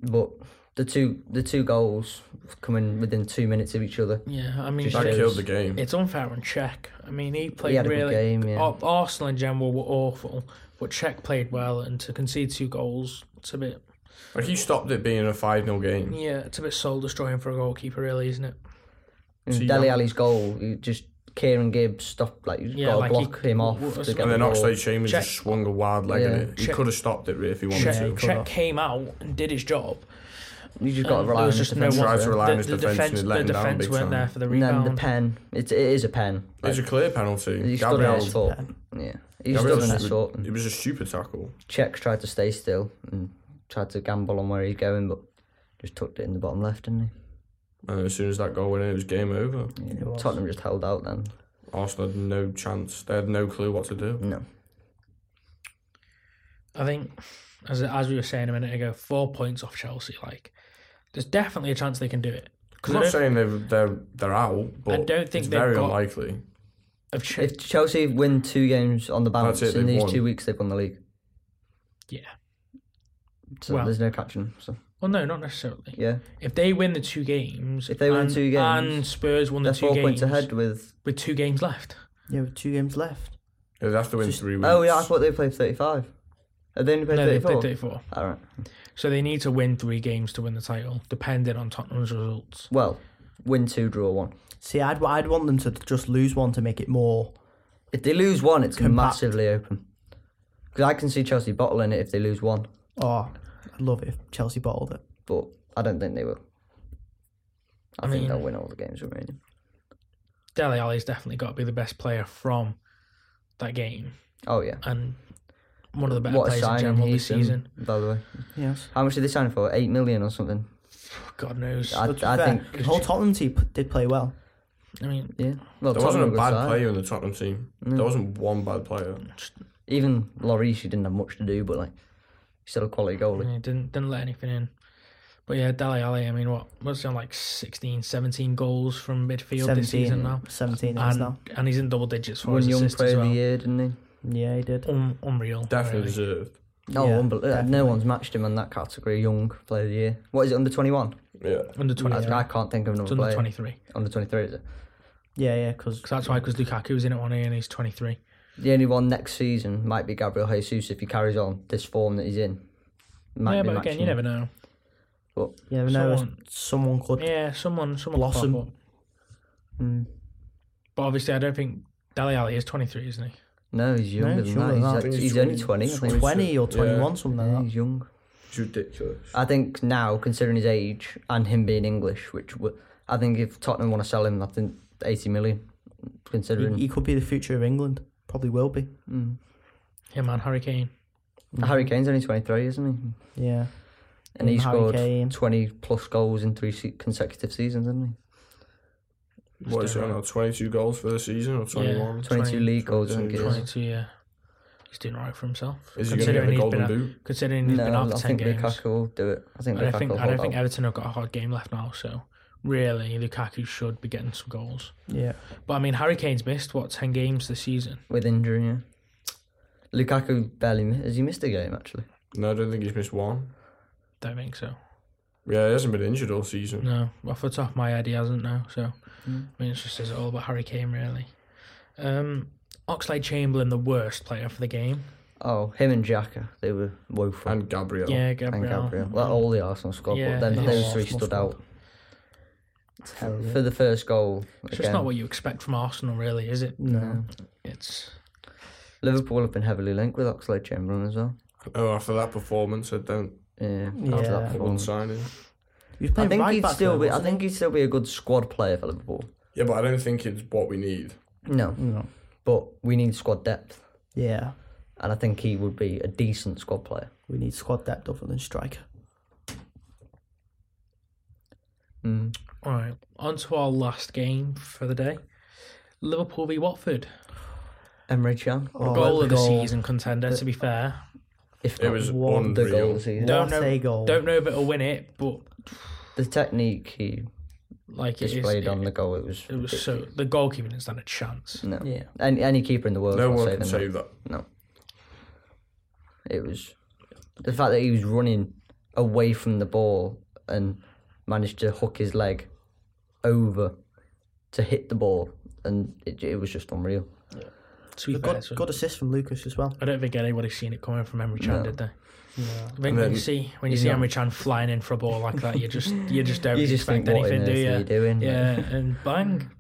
Speaker 5: But the two the two goals coming within two minutes of each other.
Speaker 1: yeah. I mean,
Speaker 5: Just
Speaker 2: That
Speaker 5: shows-
Speaker 2: killed the game.
Speaker 1: it's unfair on Czech. I mean, he played
Speaker 5: had a good
Speaker 1: really.
Speaker 5: game, yeah.
Speaker 1: Ar- Arsenal in general were awful, but Czech played well, and to concede two goals, it's a bit
Speaker 2: Like he stopped it being a five 0 game.
Speaker 1: yeah, it's a bit soul destroying for a goalkeeper, really, isn't it?
Speaker 2: So you
Speaker 5: Deli
Speaker 2: don't-
Speaker 5: Ali's goal, he just Kieran Gibbs stopped like you
Speaker 1: Yeah,
Speaker 5: got to
Speaker 1: like he-
Speaker 5: block him off
Speaker 1: w-
Speaker 5: to
Speaker 1: w-
Speaker 5: get
Speaker 2: And
Speaker 5: the
Speaker 2: then
Speaker 5: ball.
Speaker 2: Oxlade Chambers
Speaker 1: Check-
Speaker 2: just swung a wide leg
Speaker 5: Yeah.
Speaker 2: at it. He
Speaker 1: Check-
Speaker 2: could have stopped it really if he wanted
Speaker 1: Czech,
Speaker 2: to.
Speaker 1: Czech came out and did his job.
Speaker 5: You just got to
Speaker 1: and
Speaker 5: rely
Speaker 1: there
Speaker 5: on
Speaker 1: was
Speaker 5: his
Speaker 1: just no
Speaker 5: defence.
Speaker 1: one-
Speaker 2: Tried to rely on
Speaker 1: the,
Speaker 2: his
Speaker 1: the
Speaker 2: defence and
Speaker 1: defence,
Speaker 2: he'd let
Speaker 1: the
Speaker 2: him down
Speaker 1: defence
Speaker 2: big
Speaker 1: weren't
Speaker 2: time.
Speaker 1: there for the
Speaker 5: And then
Speaker 1: rebound.
Speaker 5: the pen, it, it is a pen.
Speaker 2: It's a clear penalty.
Speaker 5: He stood on
Speaker 2: Gabriel,
Speaker 5: his foot. Yeah, he
Speaker 2: Gabriel
Speaker 5: stood on
Speaker 2: was-
Speaker 5: his foot. and
Speaker 2: it was a stupid tackle.
Speaker 5: Czechs tried to stay still and tried to gamble on where he's going, but just tucked it in the bottom left, didn't
Speaker 2: And as soon as that goal went in, it was game over.
Speaker 5: he? Tottenham just held out then.
Speaker 2: Arsenal had no chance. They had no clue what to do.
Speaker 5: No,
Speaker 1: I think, as as we were saying a minute ago, four points off Chelsea. Like, there's definitely a chance they can do it.
Speaker 2: I'm
Speaker 1: Because I
Speaker 2: not
Speaker 1: don't,
Speaker 2: saying they're they're they're out, but
Speaker 1: don't think
Speaker 2: it's
Speaker 1: they've
Speaker 2: very
Speaker 1: got-
Speaker 2: unlikely.
Speaker 1: of Ch-
Speaker 5: if Chelsea win two games on the balance
Speaker 2: it,
Speaker 5: in
Speaker 2: they've
Speaker 5: these
Speaker 2: won.
Speaker 5: two weeks, they've won the league.
Speaker 1: yeah.
Speaker 5: So
Speaker 1: Well-
Speaker 5: there's no catching. 'em, So
Speaker 1: Well, no, not necessarily.
Speaker 5: yeah,
Speaker 1: If they win the two games,
Speaker 5: If they win
Speaker 1: and-
Speaker 5: two games,
Speaker 1: and Spurs won the
Speaker 5: they're
Speaker 1: two
Speaker 5: four
Speaker 1: games
Speaker 5: points ahead with.
Speaker 1: with two games left.
Speaker 3: Yeah, with two games left.
Speaker 2: They'd have to win three weeks.
Speaker 5: Oh yeah, I thought they played thirty-five. Have they only played
Speaker 1: No, they
Speaker 5: thirty-four?
Speaker 1: played 34.
Speaker 5: All right.
Speaker 1: So they need to win three games to win the title, depending on Tottenham's results.
Speaker 5: Well, win two, draw one.
Speaker 3: See, I'd I'd want them to just lose one to make it more.
Speaker 5: If they lose one, it's
Speaker 3: Compact.
Speaker 5: massively open. Because I can see Chelsea bottling it if they lose one,
Speaker 3: Oh, I'd love it if Chelsea bottled it.
Speaker 5: but I don't think they will. I,
Speaker 1: mean-
Speaker 5: think they'll win all the games remaining.
Speaker 1: Dele Alli's definitely got to be the best player from that game
Speaker 5: Oh yeah.
Speaker 1: and one of the better
Speaker 5: what a
Speaker 1: players in
Speaker 5: signing
Speaker 1: general this
Speaker 5: he's done,
Speaker 1: season.
Speaker 5: by the way.
Speaker 3: Yes.
Speaker 5: How much did they sign for? Eight million or something.
Speaker 1: God knows.
Speaker 5: I,
Speaker 1: I,
Speaker 3: But to be
Speaker 5: I
Speaker 3: fair,
Speaker 5: think.
Speaker 3: the whole Tottenham team p- did play well.
Speaker 1: mean,
Speaker 5: Yeah. Well,
Speaker 2: There wasn't
Speaker 5: Tottenham
Speaker 2: a
Speaker 5: were Mm. good
Speaker 2: bad
Speaker 5: side.
Speaker 2: player in the Tottenham team. There wasn't one bad player.
Speaker 5: Even Lloris, he didn't have much to do, but like, he's still a quality goalie.
Speaker 1: Yeah, didn't didn't let anything in. But yeah, Dali Ali, I mean, what what's he on like 16, 17 goals from midfield this season now,
Speaker 3: 17 it is
Speaker 1: and
Speaker 3: now.
Speaker 1: and he's in double digits for
Speaker 5: Won
Speaker 1: his
Speaker 5: Young
Speaker 1: assists
Speaker 5: Player
Speaker 1: as
Speaker 5: of the
Speaker 1: well.
Speaker 5: Year, didn't
Speaker 3: Yeah, he did.
Speaker 1: Un- unreal,
Speaker 2: Definitely
Speaker 1: really.
Speaker 2: deserved.
Speaker 5: he? Oh,
Speaker 3: Yeah,
Speaker 5: unbelievable. Oh, no one's matched him in that category. Young Player of the Year. What is it? Under twenty one?
Speaker 2: Yeah.
Speaker 1: under twenty three.
Speaker 5: I can't think of another
Speaker 1: It's under
Speaker 5: player.
Speaker 1: twenty three.
Speaker 5: Under twenty three, is it?
Speaker 3: Yeah, yeah, because
Speaker 1: That's why, because Lukaku was in it one year and he's twenty three.
Speaker 5: The only one next season might be Gabriel Jesus if he carries on this form that he's in. Might
Speaker 1: Yeah,
Speaker 5: be
Speaker 1: but again,
Speaker 5: matching
Speaker 1: you
Speaker 5: him.
Speaker 1: never know.
Speaker 3: you never know,
Speaker 1: Someone-
Speaker 3: someone could.
Speaker 1: Yeah, someone someone could
Speaker 3: Blossom.
Speaker 1: pop up.
Speaker 5: Hmm.
Speaker 1: But obviously, I don't think Dali Ali is twenty three, isn't he?
Speaker 5: No, he's
Speaker 3: No,
Speaker 5: younger
Speaker 3: he's
Speaker 5: than
Speaker 3: younger
Speaker 5: that.
Speaker 2: I
Speaker 5: He's, like,
Speaker 3: than that.
Speaker 2: think
Speaker 5: he's,
Speaker 2: he's
Speaker 5: only
Speaker 2: 20.
Speaker 5: 20, I think.
Speaker 3: 20 or
Speaker 2: Yeah.
Speaker 3: 21, something
Speaker 5: Yeah,
Speaker 3: like that.
Speaker 5: he's young.
Speaker 2: It's ridiculous.
Speaker 5: I think now, considering his age and him being English, which w- I think if Tottenham want to sell him, I think 80 million, considering Mm.
Speaker 3: He could be the future of England. Probably will be.
Speaker 1: Him and Harry Kane. mm-hmm.
Speaker 5: Harry Kane's only 23, isn't he? And,
Speaker 3: Yeah.
Speaker 5: he
Speaker 1: Mm,
Speaker 3: Harry
Speaker 5: scored
Speaker 3: Kane.
Speaker 5: 20 plus goals in three se- consecutive seasons, didn't
Speaker 2: What is it now? Twenty-two goals for the season or twenty-one?
Speaker 5: he? 22
Speaker 1: 20,
Speaker 5: league goals, I think it
Speaker 1: Twenty
Speaker 5: is.
Speaker 1: two. Yeah, he's doing all right for himself.
Speaker 2: Is he going to
Speaker 1: Considering
Speaker 2: get the
Speaker 1: he's
Speaker 2: golden
Speaker 1: been out-
Speaker 2: boot?
Speaker 1: Considering he's been
Speaker 5: No,
Speaker 1: out
Speaker 5: I
Speaker 1: for ten
Speaker 5: think
Speaker 1: games.
Speaker 5: Lukaku will do it. I think
Speaker 1: And I
Speaker 5: Lukaku
Speaker 1: think
Speaker 5: will
Speaker 1: and I
Speaker 5: hold
Speaker 1: think
Speaker 5: out.
Speaker 1: Everton have got a hard game left now, so really Lukaku should be getting some goals.
Speaker 3: Yeah.
Speaker 1: But I mean, Harry Kane's missed what ten games this season.
Speaker 5: With injury, yeah. Lukaku barely mi- Has he missed a game, actually?
Speaker 2: No, I don't think he's missed one.
Speaker 1: Don't think so.
Speaker 2: Yeah, he hasn't been injured all season.
Speaker 1: No, off the top of my head, he hasn't now. So,
Speaker 5: Hmm.
Speaker 1: I mean, it just says it all about Harry Kane, really. Um, Oxlade Chamberlain, the worst player for the game.
Speaker 5: Oh, him and Xhaka, they were woeful.
Speaker 2: And Gabriel.
Speaker 1: Mm. Yeah,
Speaker 5: and
Speaker 1: Gabriel.
Speaker 5: Gabriel. Like all the Arsenal squad,
Speaker 1: Yeah,
Speaker 5: but then
Speaker 1: the
Speaker 5: those
Speaker 1: whole
Speaker 5: three
Speaker 1: Arsenal
Speaker 5: stood
Speaker 1: squad.
Speaker 5: out. For the first goal,
Speaker 1: It's
Speaker 5: again,
Speaker 1: just not what you expect from Arsenal, really, is it?
Speaker 3: No.
Speaker 1: It's
Speaker 5: Liverpool have been heavily linked with Oxlade Chamberlain as well.
Speaker 2: Oh, after that performance, I don't
Speaker 5: Yeah,
Speaker 3: Yeah.
Speaker 5: after
Speaker 2: I
Speaker 5: that
Speaker 2: wouldn't
Speaker 5: performance.
Speaker 2: sign him.
Speaker 3: He was
Speaker 5: I
Speaker 3: playing
Speaker 5: think
Speaker 3: right
Speaker 5: he'd
Speaker 3: back
Speaker 5: still
Speaker 3: though,
Speaker 5: be. I
Speaker 3: wasn't
Speaker 5: think he'd still be a good squad player for Liverpool.
Speaker 2: Yeah, but I don't think it's what we need.
Speaker 5: No,
Speaker 3: he? No.
Speaker 5: but we need squad depth,
Speaker 3: Yeah.
Speaker 5: and I think he would be a decent squad player.
Speaker 3: We need squad depth other than striker.
Speaker 5: Mm.
Speaker 1: all right. On to our last game for the day Liverpool v Watford.
Speaker 5: Emre Chan,
Speaker 3: Oh,
Speaker 1: goal of the
Speaker 3: goal.
Speaker 1: season contender, to be fair.
Speaker 5: if
Speaker 2: It
Speaker 5: not
Speaker 2: was
Speaker 5: one the
Speaker 2: unreal.
Speaker 5: goals. He,
Speaker 1: Don't
Speaker 3: What
Speaker 1: know-
Speaker 3: a goal.
Speaker 1: Don't know if it'll win it, but
Speaker 5: the technique he
Speaker 1: like it is,
Speaker 5: displayed on
Speaker 1: it,
Speaker 5: the Mm. goal, it was.
Speaker 1: it was so the goalkeeping has done a chance.
Speaker 5: No,
Speaker 3: Yeah.
Speaker 5: any, any keeper in the world.
Speaker 2: No
Speaker 5: can
Speaker 2: one
Speaker 5: save
Speaker 2: can
Speaker 5: him.
Speaker 2: save that.
Speaker 5: No. It was the fact that he was running away from the ball and managed to hook his leg over to hit the ball, and it, it was just unreal.
Speaker 1: To be
Speaker 3: A
Speaker 1: fair,
Speaker 3: Good,
Speaker 1: so-
Speaker 3: good assist from Lucas as well.
Speaker 1: I don't think anybody's seen it coming from Emery Chan,
Speaker 5: No.
Speaker 1: did they?
Speaker 3: No.
Speaker 1: I think when
Speaker 2: then
Speaker 1: you see when you
Speaker 5: he's
Speaker 1: see
Speaker 5: not-
Speaker 1: Emery Chan flying in for a ball like that, you just you just don't
Speaker 5: You just
Speaker 1: expect
Speaker 5: think, what in
Speaker 1: anything, do
Speaker 5: earth
Speaker 1: you?
Speaker 5: are you doing?
Speaker 1: Yeah, and bang.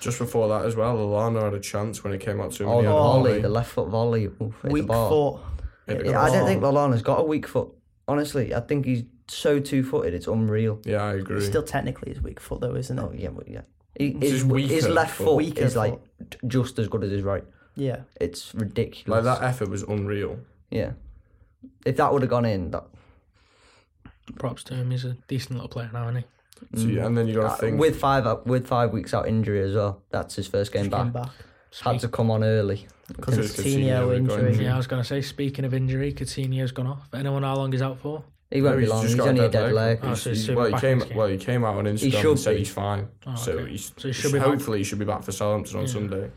Speaker 2: Just before that as well, Alana had a chance when it came out to him.
Speaker 5: Oh,
Speaker 2: and
Speaker 5: the
Speaker 2: he had a
Speaker 5: volley,
Speaker 2: volley.
Speaker 5: the left foot volley, oof, hit
Speaker 3: Weak
Speaker 5: the bar.
Speaker 3: foot.
Speaker 2: Hit the
Speaker 3: Yeah,
Speaker 5: I
Speaker 2: goal.
Speaker 5: don't think Lallana's got a weak foot. Honestly, I think he's so two footed. It's unreal.
Speaker 2: Yeah, I agree.
Speaker 3: Still technically his weak foot though, isn't it?
Speaker 5: Oh yeah, but yeah. He,
Speaker 2: It's
Speaker 5: his,
Speaker 2: just weaker
Speaker 5: his left
Speaker 2: foot.
Speaker 5: foot
Speaker 3: Weaker
Speaker 5: is like j- just as good as his right.
Speaker 3: Yeah.
Speaker 5: It's
Speaker 2: Like
Speaker 5: ridiculous.
Speaker 2: that effort was unreal.
Speaker 5: Yeah. If that would have gone in, that
Speaker 1: Props to him. He's a decent little player now, isn't he?
Speaker 2: So you- and then you got
Speaker 5: Uh,
Speaker 2: to think.
Speaker 5: with five out, with five weeks out injury as well. That's his first game
Speaker 3: Came
Speaker 5: back.
Speaker 3: back.
Speaker 5: Had to come on early.
Speaker 3: Because
Speaker 2: Just
Speaker 3: of Coutinho
Speaker 2: Coutinho
Speaker 3: injury.
Speaker 2: injury.
Speaker 5: Mm.
Speaker 1: Yeah, I was gonna say. Speaking of injury, Coutinho's gone off. Anyone how long he's out for?
Speaker 5: He won't
Speaker 2: No,
Speaker 5: be
Speaker 2: he's
Speaker 5: long.
Speaker 2: just
Speaker 5: He's
Speaker 2: got
Speaker 5: only a dead leg.
Speaker 1: Oh,
Speaker 2: He's-
Speaker 1: so he's
Speaker 2: he's-
Speaker 1: super
Speaker 2: well, he
Speaker 1: back
Speaker 2: came.
Speaker 1: this game.
Speaker 2: Well, he came out on Instagram
Speaker 5: should
Speaker 2: and said
Speaker 5: be.
Speaker 2: he's fine.
Speaker 1: Oh,
Speaker 2: So
Speaker 1: okay.
Speaker 2: he's.
Speaker 1: So he should be
Speaker 2: hopefully, he should be back for Southampton on
Speaker 1: Yeah.
Speaker 2: Sunday.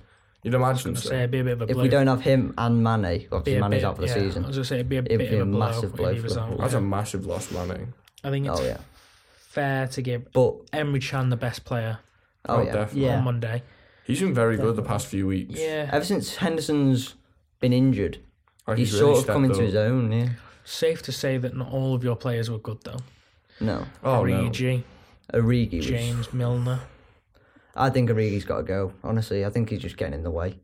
Speaker 2: You'd
Speaker 1: I was
Speaker 2: imagine
Speaker 1: gonna
Speaker 2: so.
Speaker 1: say it'd be a bit of a
Speaker 5: If
Speaker 1: blow.
Speaker 5: we don't have him and Mane, obviously Mane's
Speaker 1: bit,
Speaker 5: out for the
Speaker 1: yeah, I
Speaker 5: season.
Speaker 1: was gonna say it'd be a
Speaker 5: It'd
Speaker 1: bit
Speaker 5: be
Speaker 1: of
Speaker 5: a
Speaker 1: a blow.
Speaker 5: massive
Speaker 1: if
Speaker 5: blow
Speaker 1: he
Speaker 5: for
Speaker 1: was out,
Speaker 5: Liverpool.
Speaker 2: That's
Speaker 1: yeah.
Speaker 2: a massive loss, Manning.
Speaker 1: I think it's
Speaker 5: Oh yeah.
Speaker 1: fair to give
Speaker 5: But
Speaker 1: Emery Chan the best player
Speaker 5: oh,
Speaker 2: Oh,
Speaker 5: yeah.
Speaker 2: definitely.
Speaker 3: Yeah.
Speaker 1: on Monday. Uh,
Speaker 2: He's been very good the past few weeks.
Speaker 1: Yeah,
Speaker 5: Ever since Henderson's been injured,
Speaker 2: Like,
Speaker 5: he's,
Speaker 2: really
Speaker 5: sort of
Speaker 2: stepped
Speaker 5: come into
Speaker 2: up.
Speaker 5: his own. Yeah.
Speaker 1: safe to say that not all of your players were good though.
Speaker 5: No,
Speaker 2: Oh no.
Speaker 1: Origi,
Speaker 5: Origi. Was,
Speaker 1: James Milner.
Speaker 5: I think Origi's got to go. Honestly, I think he's just getting in the way.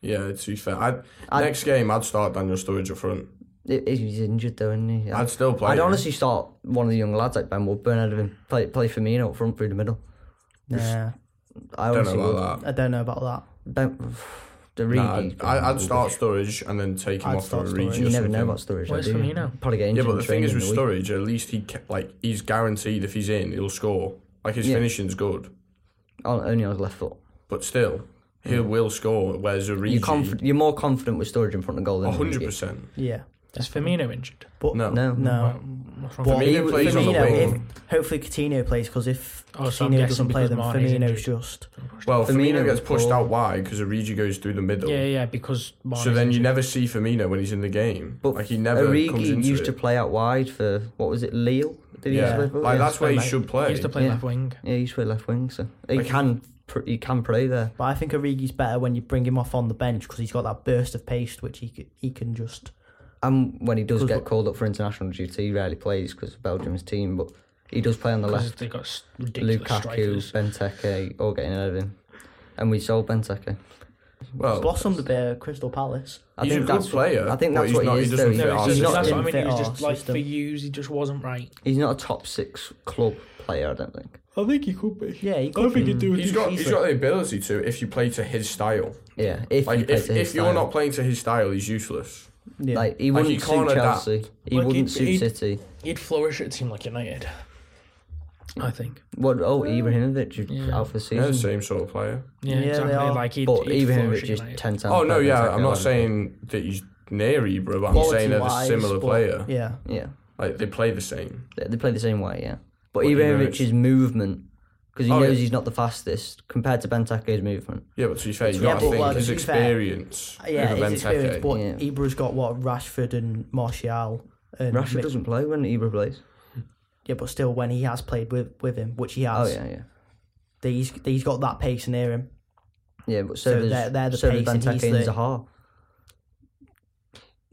Speaker 2: Yeah, to be fair. I'd,
Speaker 5: I'd-
Speaker 2: next game, I'd start Daniel Sturridge up front.
Speaker 5: He- He's injured though, isn't he?
Speaker 2: I'd still play.
Speaker 5: I'd
Speaker 2: him.
Speaker 5: honestly start one of the young lads like Ben Woodburn. I'd have him play play Firmino up front through the middle.
Speaker 3: Nah.
Speaker 5: I
Speaker 2: don't
Speaker 5: honestly
Speaker 2: know
Speaker 5: would.
Speaker 2: about that.
Speaker 3: I don't know about that.
Speaker 5: Ben, the
Speaker 2: Nah,
Speaker 5: Origi.
Speaker 2: I'd, I- I'd start Sturridge and then take him
Speaker 3: I'd
Speaker 2: off for
Speaker 3: start Sturridge.
Speaker 2: Origi.
Speaker 5: You
Speaker 2: or
Speaker 5: never know
Speaker 2: something.
Speaker 5: about Sturridge.
Speaker 1: Where's
Speaker 5: though, do you?
Speaker 1: Firmino?
Speaker 5: Probably get
Speaker 2: Yeah,
Speaker 5: injured.
Speaker 2: but
Speaker 5: in
Speaker 2: the thing
Speaker 5: training
Speaker 2: is with
Speaker 5: in the week.
Speaker 2: Sturridge, at least he ca- like he's guaranteed if he's in, he'll score. Like his
Speaker 5: Yeah.
Speaker 2: finishing's good,
Speaker 5: On- only on his left foot.
Speaker 2: but still, he will score. Whereas
Speaker 5: You're,
Speaker 2: Origi,
Speaker 5: conf- you're more confident with Sturridge in front of goal than
Speaker 2: hundred
Speaker 5: Origi.
Speaker 2: percent.
Speaker 3: Yeah.
Speaker 1: Is Firmino injured?
Speaker 2: No,
Speaker 5: No,
Speaker 1: Oh
Speaker 3: No.
Speaker 1: What's wrong with
Speaker 2: Firmino
Speaker 5: he-
Speaker 2: plays on the
Speaker 3: Firmino, if,
Speaker 2: wing.
Speaker 3: hopefully Coutinho plays because if
Speaker 1: Oh,
Speaker 3: Coutinho
Speaker 1: so I'm guessing
Speaker 3: doesn't play,
Speaker 1: because
Speaker 3: then
Speaker 1: Mane's
Speaker 3: Firmino's
Speaker 1: injured.
Speaker 3: just
Speaker 2: Well, Firmino,
Speaker 5: Firmino
Speaker 2: gets pushed
Speaker 5: before-
Speaker 2: out wide because Origi goes through the middle.
Speaker 1: Yeah, yeah, because Mane's
Speaker 2: So then you
Speaker 1: injured.
Speaker 2: never see Firmino when he's in the game.
Speaker 5: But
Speaker 2: like he never
Speaker 5: Origi
Speaker 2: comes into
Speaker 5: used
Speaker 2: it.
Speaker 5: to play out wide for what was it, Lille? Did he
Speaker 2: yeah,
Speaker 5: used to play for-
Speaker 2: like
Speaker 5: yeah.
Speaker 2: that's where he should play.
Speaker 1: he used to play
Speaker 5: Yeah.
Speaker 1: left wing.
Speaker 5: Yeah, he used to play left wing, so he
Speaker 2: Like-
Speaker 5: can pr- he can play there.
Speaker 3: But I think Origi's better when you bring him off on the bench because he's got that burst of pace which he c- he can just.
Speaker 5: And when he does
Speaker 3: 'Cause
Speaker 5: get
Speaker 3: what-
Speaker 5: called up for international duty, he rarely plays because of Belgium's team. But he does play on the
Speaker 1: Because
Speaker 5: left.
Speaker 1: they got s- ridiculous
Speaker 5: Lukaku,
Speaker 1: strikers.
Speaker 5: Benteke, all getting ahead of him, and we sold Benteke.
Speaker 2: well,
Speaker 3: Blossomed a bit at Crystal Palace.
Speaker 5: I
Speaker 2: He's a
Speaker 5: think
Speaker 2: good
Speaker 5: that's
Speaker 2: player,
Speaker 5: I think
Speaker 2: but
Speaker 5: that's
Speaker 2: he's
Speaker 5: what
Speaker 2: not-
Speaker 5: he
Speaker 2: he
Speaker 5: is.
Speaker 2: doesn't
Speaker 5: though.
Speaker 2: fit
Speaker 1: No, it's
Speaker 2: our
Speaker 5: he's
Speaker 1: just,
Speaker 5: not.
Speaker 1: that's what I
Speaker 3: in
Speaker 1: mean. He was
Speaker 3: fit
Speaker 1: just
Speaker 3: our
Speaker 1: like
Speaker 3: system.
Speaker 1: for Hughes, he just wasn't right.
Speaker 5: He's not a top six club player. I don't think.
Speaker 1: I think he could be.
Speaker 3: Yeah, he could. be.
Speaker 2: he's got he's got the ability to if you play to his style.
Speaker 5: Yeah, if he
Speaker 2: Like
Speaker 5: plays
Speaker 2: if,
Speaker 5: to his
Speaker 2: if you're
Speaker 5: style.
Speaker 2: not playing to his style, he's useless.
Speaker 3: Yeah.
Speaker 5: like he
Speaker 2: Like,
Speaker 5: wouldn't
Speaker 2: he
Speaker 5: suit
Speaker 2: can't adapt.
Speaker 5: Chelsea. He
Speaker 1: Like,
Speaker 5: wouldn't
Speaker 1: he'd-
Speaker 5: suot
Speaker 1: he'd-
Speaker 5: City.
Speaker 1: He'd flourish at a team like United. I think.
Speaker 5: What? Oh, Ibrahimovic is
Speaker 1: Yeah.
Speaker 5: out for
Speaker 2: Yeah,
Speaker 5: season.
Speaker 2: same sort of player.
Speaker 1: Yeah,
Speaker 3: Yeah, they
Speaker 1: exactly.
Speaker 3: are.
Speaker 1: Like he'd,
Speaker 5: but
Speaker 1: he'd flourish
Speaker 5: Ibrahimovic
Speaker 1: at
Speaker 5: is
Speaker 1: United.
Speaker 5: ten times.
Speaker 2: Oh no,
Speaker 5: better than
Speaker 2: yeah,
Speaker 5: Benteke,
Speaker 2: I'm not
Speaker 5: like-
Speaker 2: saying that he's near Ibra, but I'm saying they're a
Speaker 3: Quality-wise,
Speaker 2: similar
Speaker 3: but-
Speaker 2: player.
Speaker 3: Yeah.
Speaker 5: Yeah,
Speaker 2: Like they play the same.
Speaker 5: they, they play the same way. Yeah, but
Speaker 2: Ibrahimovic-
Speaker 5: Ibrahimovic's movement because he
Speaker 2: Oh,
Speaker 5: knows
Speaker 2: yeah.
Speaker 5: he's not the fastest compared to Benteke's movement.
Speaker 2: Yeah, but to be fair, you
Speaker 3: Yeah,
Speaker 2: got
Speaker 3: but,
Speaker 2: to think
Speaker 3: well,
Speaker 2: his
Speaker 3: to be fair- Uh,
Speaker 2: experience.
Speaker 3: Yeah,
Speaker 2: over
Speaker 3: his experience,
Speaker 2: Benteke.
Speaker 3: but
Speaker 5: Yeah.
Speaker 3: Ibra's got what Rashford and Martial and
Speaker 5: Rashford
Speaker 3: Mi-
Speaker 5: doesn't play when Ibra plays.
Speaker 3: Yeah, but still, when he has played with, with him, which he
Speaker 5: Oh
Speaker 3: has,
Speaker 5: yeah, yeah,
Speaker 3: that he's he's got that pace near him.
Speaker 5: yeah. But so,
Speaker 3: So
Speaker 5: does
Speaker 3: they're- they're the
Speaker 5: so does
Speaker 3: pace
Speaker 5: Benteke
Speaker 3: and
Speaker 5: and
Speaker 3: he's the-
Speaker 5: Zaha.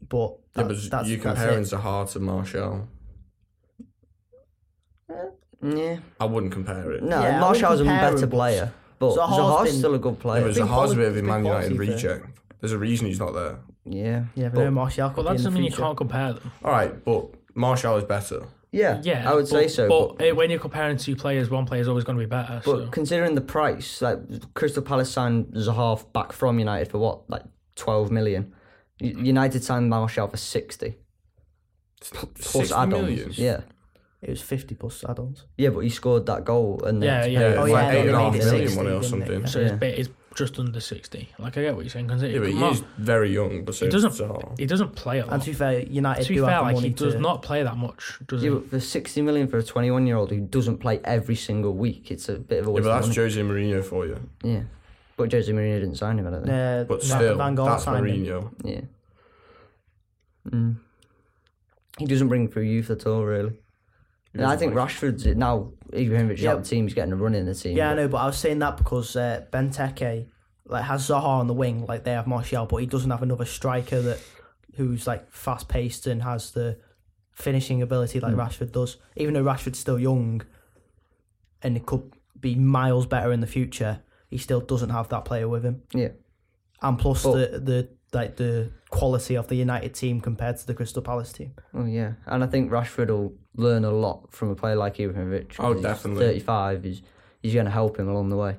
Speaker 3: But
Speaker 2: Yeah, but
Speaker 3: that- that's
Speaker 2: you're
Speaker 3: that's
Speaker 2: comparing
Speaker 3: it.
Speaker 2: Zaha to Marshall.
Speaker 5: Yeah,
Speaker 2: I wouldn't compare it.
Speaker 5: no,
Speaker 3: Yeah, I wouldn't
Speaker 5: Marshall's a
Speaker 3: compare
Speaker 5: better
Speaker 3: him, but
Speaker 5: player, but
Speaker 3: Zaha's
Speaker 5: Zaha's
Speaker 3: been-
Speaker 5: still a good
Speaker 2: Yeah,
Speaker 5: player.
Speaker 2: but
Speaker 3: been
Speaker 2: Zaha's a
Speaker 3: quali-
Speaker 2: bit of a
Speaker 3: been
Speaker 2: Man United
Speaker 3: quality for-
Speaker 2: recheck. There's a reason he's not there.
Speaker 5: yeah,
Speaker 3: Yeah, but
Speaker 5: but-
Speaker 3: no, Martial
Speaker 1: Well,
Speaker 3: could be
Speaker 1: that
Speaker 3: in the
Speaker 1: doesn't mean you
Speaker 3: future.
Speaker 1: can't compare them.
Speaker 2: All right, but Marshall is better.
Speaker 5: yeah,
Speaker 1: Yeah,
Speaker 5: I would
Speaker 1: but-
Speaker 5: say so.
Speaker 1: But, eh, when you're comparing two players, one player's always going to be better.
Speaker 5: But
Speaker 1: so.
Speaker 5: considering the price, like Crystal Palace signed Zaha back from United for what, like twelve million. U- United signed Martial for sixty plus
Speaker 2: 60
Speaker 5: add-ons.
Speaker 2: million?
Speaker 3: Oh,
Speaker 5: Yeah,
Speaker 3: It was fifty plus add-ons.
Speaker 5: yeah, but he scored that goal and then
Speaker 1: Yeah,
Speaker 5: to
Speaker 1: yeah.
Speaker 5: pay-
Speaker 2: Yeah,
Speaker 1: Oh,
Speaker 2: it's like
Speaker 3: yeah, they
Speaker 2: eight and a half
Speaker 3: made it
Speaker 2: million
Speaker 3: 60,
Speaker 2: money or
Speaker 3: didn't they?
Speaker 2: something.
Speaker 1: so his bit is just under sixty. Like I get what you're saying. Consider
Speaker 2: Yeah, but
Speaker 1: come
Speaker 2: he is
Speaker 1: on,
Speaker 2: very young. But so
Speaker 1: he
Speaker 2: is
Speaker 1: doesn't.
Speaker 2: Zaha.
Speaker 1: He doesn't play a
Speaker 3: And
Speaker 1: lot.
Speaker 3: to
Speaker 1: To
Speaker 3: be fair, United
Speaker 1: be
Speaker 3: do
Speaker 1: fair,
Speaker 3: have the
Speaker 1: like
Speaker 3: money
Speaker 1: he does
Speaker 3: to-
Speaker 1: not play that much, does
Speaker 5: Yeah,
Speaker 1: he?
Speaker 5: but for sixty million for a twenty-one-year-old who doesn't play every single week, it's a bit of a
Speaker 2: Yeah,
Speaker 5: waste.
Speaker 2: but
Speaker 5: of
Speaker 2: that's
Speaker 5: money.
Speaker 2: Jose Mourinho for you.
Speaker 5: Yeah, but Jose Mourinho didn't sign him. I don't think.
Speaker 3: Uh,
Speaker 2: But
Speaker 3: Van-
Speaker 2: still,
Speaker 3: Van Gaal
Speaker 2: that's
Speaker 3: signed him.
Speaker 2: Mourinho.
Speaker 5: Yeah. Mm. He doesn't bring through youth at all, really. And I think Rashford's now. Ibrahimovic yeah.
Speaker 3: Yeah.
Speaker 5: out the team. He's getting a run in the team.
Speaker 3: Yeah, I
Speaker 5: but-
Speaker 3: know, but I was saying that because uh, Benteke like has Zaha on the wing, like they have Martial, but he doesn't have another striker that who's like fast paced and has the finishing ability like Rashford does. Even though Rashford's still young and it could be miles better in the future, he still doesn't have that player with him.
Speaker 5: Yeah.
Speaker 3: And plus
Speaker 5: But-
Speaker 3: the the like the quality of the United team compared to the Crystal Palace team.
Speaker 5: Oh yeah, and I think Rashford will learn a lot from a player like Ibrahimovic. 'cause
Speaker 2: Oh,
Speaker 5: he's
Speaker 2: definitely.
Speaker 5: Thirty-five. He's he's going to help him along the way,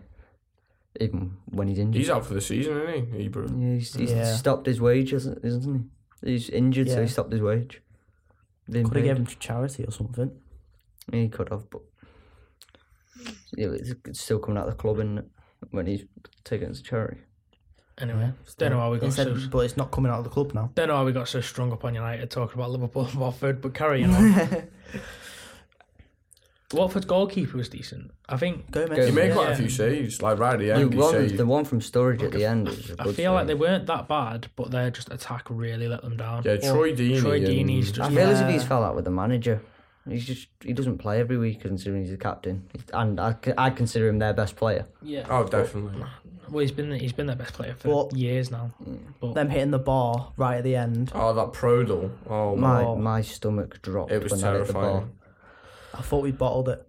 Speaker 5: even when he's injured.
Speaker 2: He's out for the season, isn't he? Ebro.
Speaker 5: yeah, he's, he's
Speaker 3: Yeah.
Speaker 5: stopped his wage, hasn't, isn't he? He's injured, so
Speaker 3: Yeah.
Speaker 5: he stopped his wage. Being
Speaker 3: Could have
Speaker 5: paid.
Speaker 3: given him to charity or something.
Speaker 5: Yeah, he could have, but yeah, it's, it's still coming out of the club, and when he's taken to charity.
Speaker 1: Anyway, don't know how we got
Speaker 3: Instead,
Speaker 1: so.
Speaker 3: but it's not coming out of the club now.
Speaker 1: Don't know how oh, we got so strung up on United talking about Liverpool and Watford, but carrying on. Watford's goalkeeper was decent. I think
Speaker 3: Gomez.
Speaker 5: Gomez.
Speaker 2: He made quite
Speaker 1: Yeah.
Speaker 2: a few saves, like right at the
Speaker 5: The
Speaker 2: end. He
Speaker 5: one,
Speaker 2: saved.
Speaker 5: the one from Storage at the end. Was a
Speaker 1: I
Speaker 5: good
Speaker 1: feel like they
Speaker 5: save.
Speaker 1: weren't that bad, but their just attack really let them down.
Speaker 2: Yeah, Troy Deeney.
Speaker 1: Troy
Speaker 2: and-
Speaker 1: Deeney's
Speaker 5: I
Speaker 1: just
Speaker 5: feel as if
Speaker 3: Yeah.
Speaker 5: he's fell out with the manager. He's just he doesn't play every week considering he's the captain, and I I consider him their best player.
Speaker 1: yeah.
Speaker 2: Oh, definitely.
Speaker 1: Well, he's been he's been their best player for
Speaker 3: Well-
Speaker 1: years now. But
Speaker 3: them hitting the bar right at the end.
Speaker 2: Oh, that Prodal. Oh,
Speaker 5: My
Speaker 2: my.
Speaker 5: my stomach dropped
Speaker 2: It was
Speaker 5: when I hit the ball.
Speaker 2: terrifying.
Speaker 3: I thought we bottled it.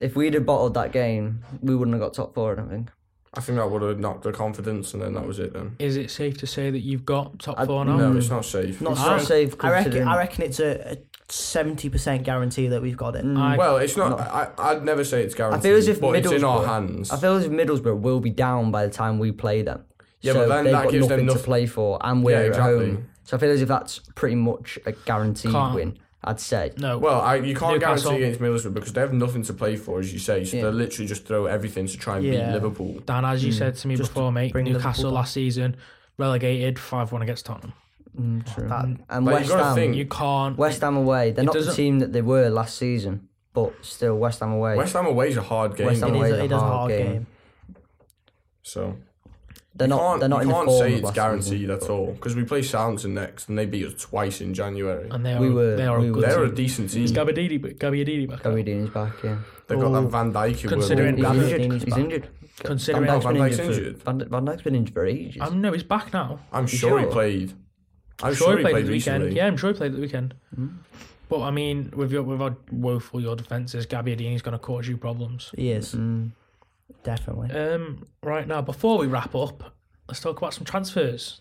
Speaker 5: If we'd have bottled that game, we wouldn't have got top four. I don't think.
Speaker 2: I think that would have knocked the confidence, and then that was it. Then
Speaker 1: is it safe to say that you've got top
Speaker 5: I-
Speaker 1: four now?
Speaker 2: no, it's not safe.
Speaker 3: Not
Speaker 5: It's not
Speaker 3: safe.
Speaker 5: safe
Speaker 3: I reckon.
Speaker 5: considering-
Speaker 3: I reckon it's a seventy percent guarantee that we've got it.
Speaker 1: I,
Speaker 2: Mm, well, it's not. I, I'd never say it's
Speaker 5: I
Speaker 2: guaranteed.
Speaker 5: feel as if
Speaker 2: but it's in our
Speaker 5: Middlesbrough-
Speaker 2: hands.
Speaker 5: I feel as if Middlesbrough will be down by the time we play them.
Speaker 2: Yeah, but
Speaker 5: So
Speaker 2: then
Speaker 5: they've
Speaker 2: that
Speaker 5: got
Speaker 2: gives them
Speaker 5: nothing to
Speaker 2: noth-
Speaker 5: play for, and we're
Speaker 2: Yeah,
Speaker 5: at
Speaker 2: exactly.
Speaker 5: home. So I feel as if that's pretty much a guaranteed
Speaker 1: Can't.
Speaker 5: win. I'd say.
Speaker 1: no.
Speaker 2: Well, I, you can't
Speaker 1: Newcastle.
Speaker 2: guarantee against Middlesbrough because they have nothing to play for, as you say. So
Speaker 5: Yeah.
Speaker 2: they literally just throw everything to try and
Speaker 3: Yeah.
Speaker 2: beat Liverpool.
Speaker 1: Dan, as you said to me
Speaker 3: Just
Speaker 1: before, mate,
Speaker 3: bring
Speaker 1: Newcastle
Speaker 3: Liverpool
Speaker 1: last season relegated five one against Tottenham.
Speaker 5: Mm, true.
Speaker 3: That-
Speaker 5: and
Speaker 2: Like,
Speaker 5: West
Speaker 2: you gotta
Speaker 5: Ham,
Speaker 2: think-
Speaker 1: You can't.
Speaker 5: West Ham away. They're not the
Speaker 1: doesn't-
Speaker 5: team that they were last season, but still West Ham away.
Speaker 2: West Ham away is a hard game.
Speaker 5: West
Speaker 3: it
Speaker 5: Ham
Speaker 2: though,
Speaker 5: away
Speaker 3: is,
Speaker 5: is
Speaker 3: a,
Speaker 5: a
Speaker 3: it is a
Speaker 5: hard
Speaker 3: hard game.
Speaker 5: game.
Speaker 2: So
Speaker 5: They're
Speaker 2: you
Speaker 5: not.
Speaker 2: can't,
Speaker 5: they're not
Speaker 2: you
Speaker 5: in
Speaker 2: can't
Speaker 5: the form
Speaker 2: say
Speaker 5: of
Speaker 2: it's
Speaker 5: last
Speaker 2: guaranteed
Speaker 5: season.
Speaker 2: at all because we play Southampton next, and they beat us twice in January.
Speaker 1: and they are
Speaker 5: We were-
Speaker 1: they are a
Speaker 5: we were-
Speaker 1: good
Speaker 2: They're a
Speaker 1: team.
Speaker 2: decent team.
Speaker 1: Is Gabadidi Gabadidi back?
Speaker 5: Gary
Speaker 1: up?
Speaker 5: Dean is back. Yeah,
Speaker 2: They've got
Speaker 3: Oh.
Speaker 2: that Van Dijk. who
Speaker 1: Considering
Speaker 2: we're-
Speaker 5: he's
Speaker 1: Van Dijk's
Speaker 5: injured.
Speaker 3: back.
Speaker 5: He's injured.
Speaker 1: Considering-
Speaker 5: Van Dijk's
Speaker 2: Van
Speaker 5: been
Speaker 2: Dijk's
Speaker 5: injured. for-
Speaker 2: injured.
Speaker 5: Van, Van Dijk's been injured for ages.
Speaker 1: Um, no, he's back now.
Speaker 2: I'm
Speaker 5: You
Speaker 2: sure he
Speaker 5: sure?
Speaker 2: played. I'm
Speaker 1: I'm
Speaker 2: sure he played
Speaker 1: the
Speaker 2: recently.
Speaker 1: weekend. Yeah, I'm sure he played the weekend. But I mean, with your with how woeful your defense is, Gabbiadini's going to cause you problems.
Speaker 3: He is definitely.
Speaker 1: Um, right now, before we wrap up, let's talk about some transfers.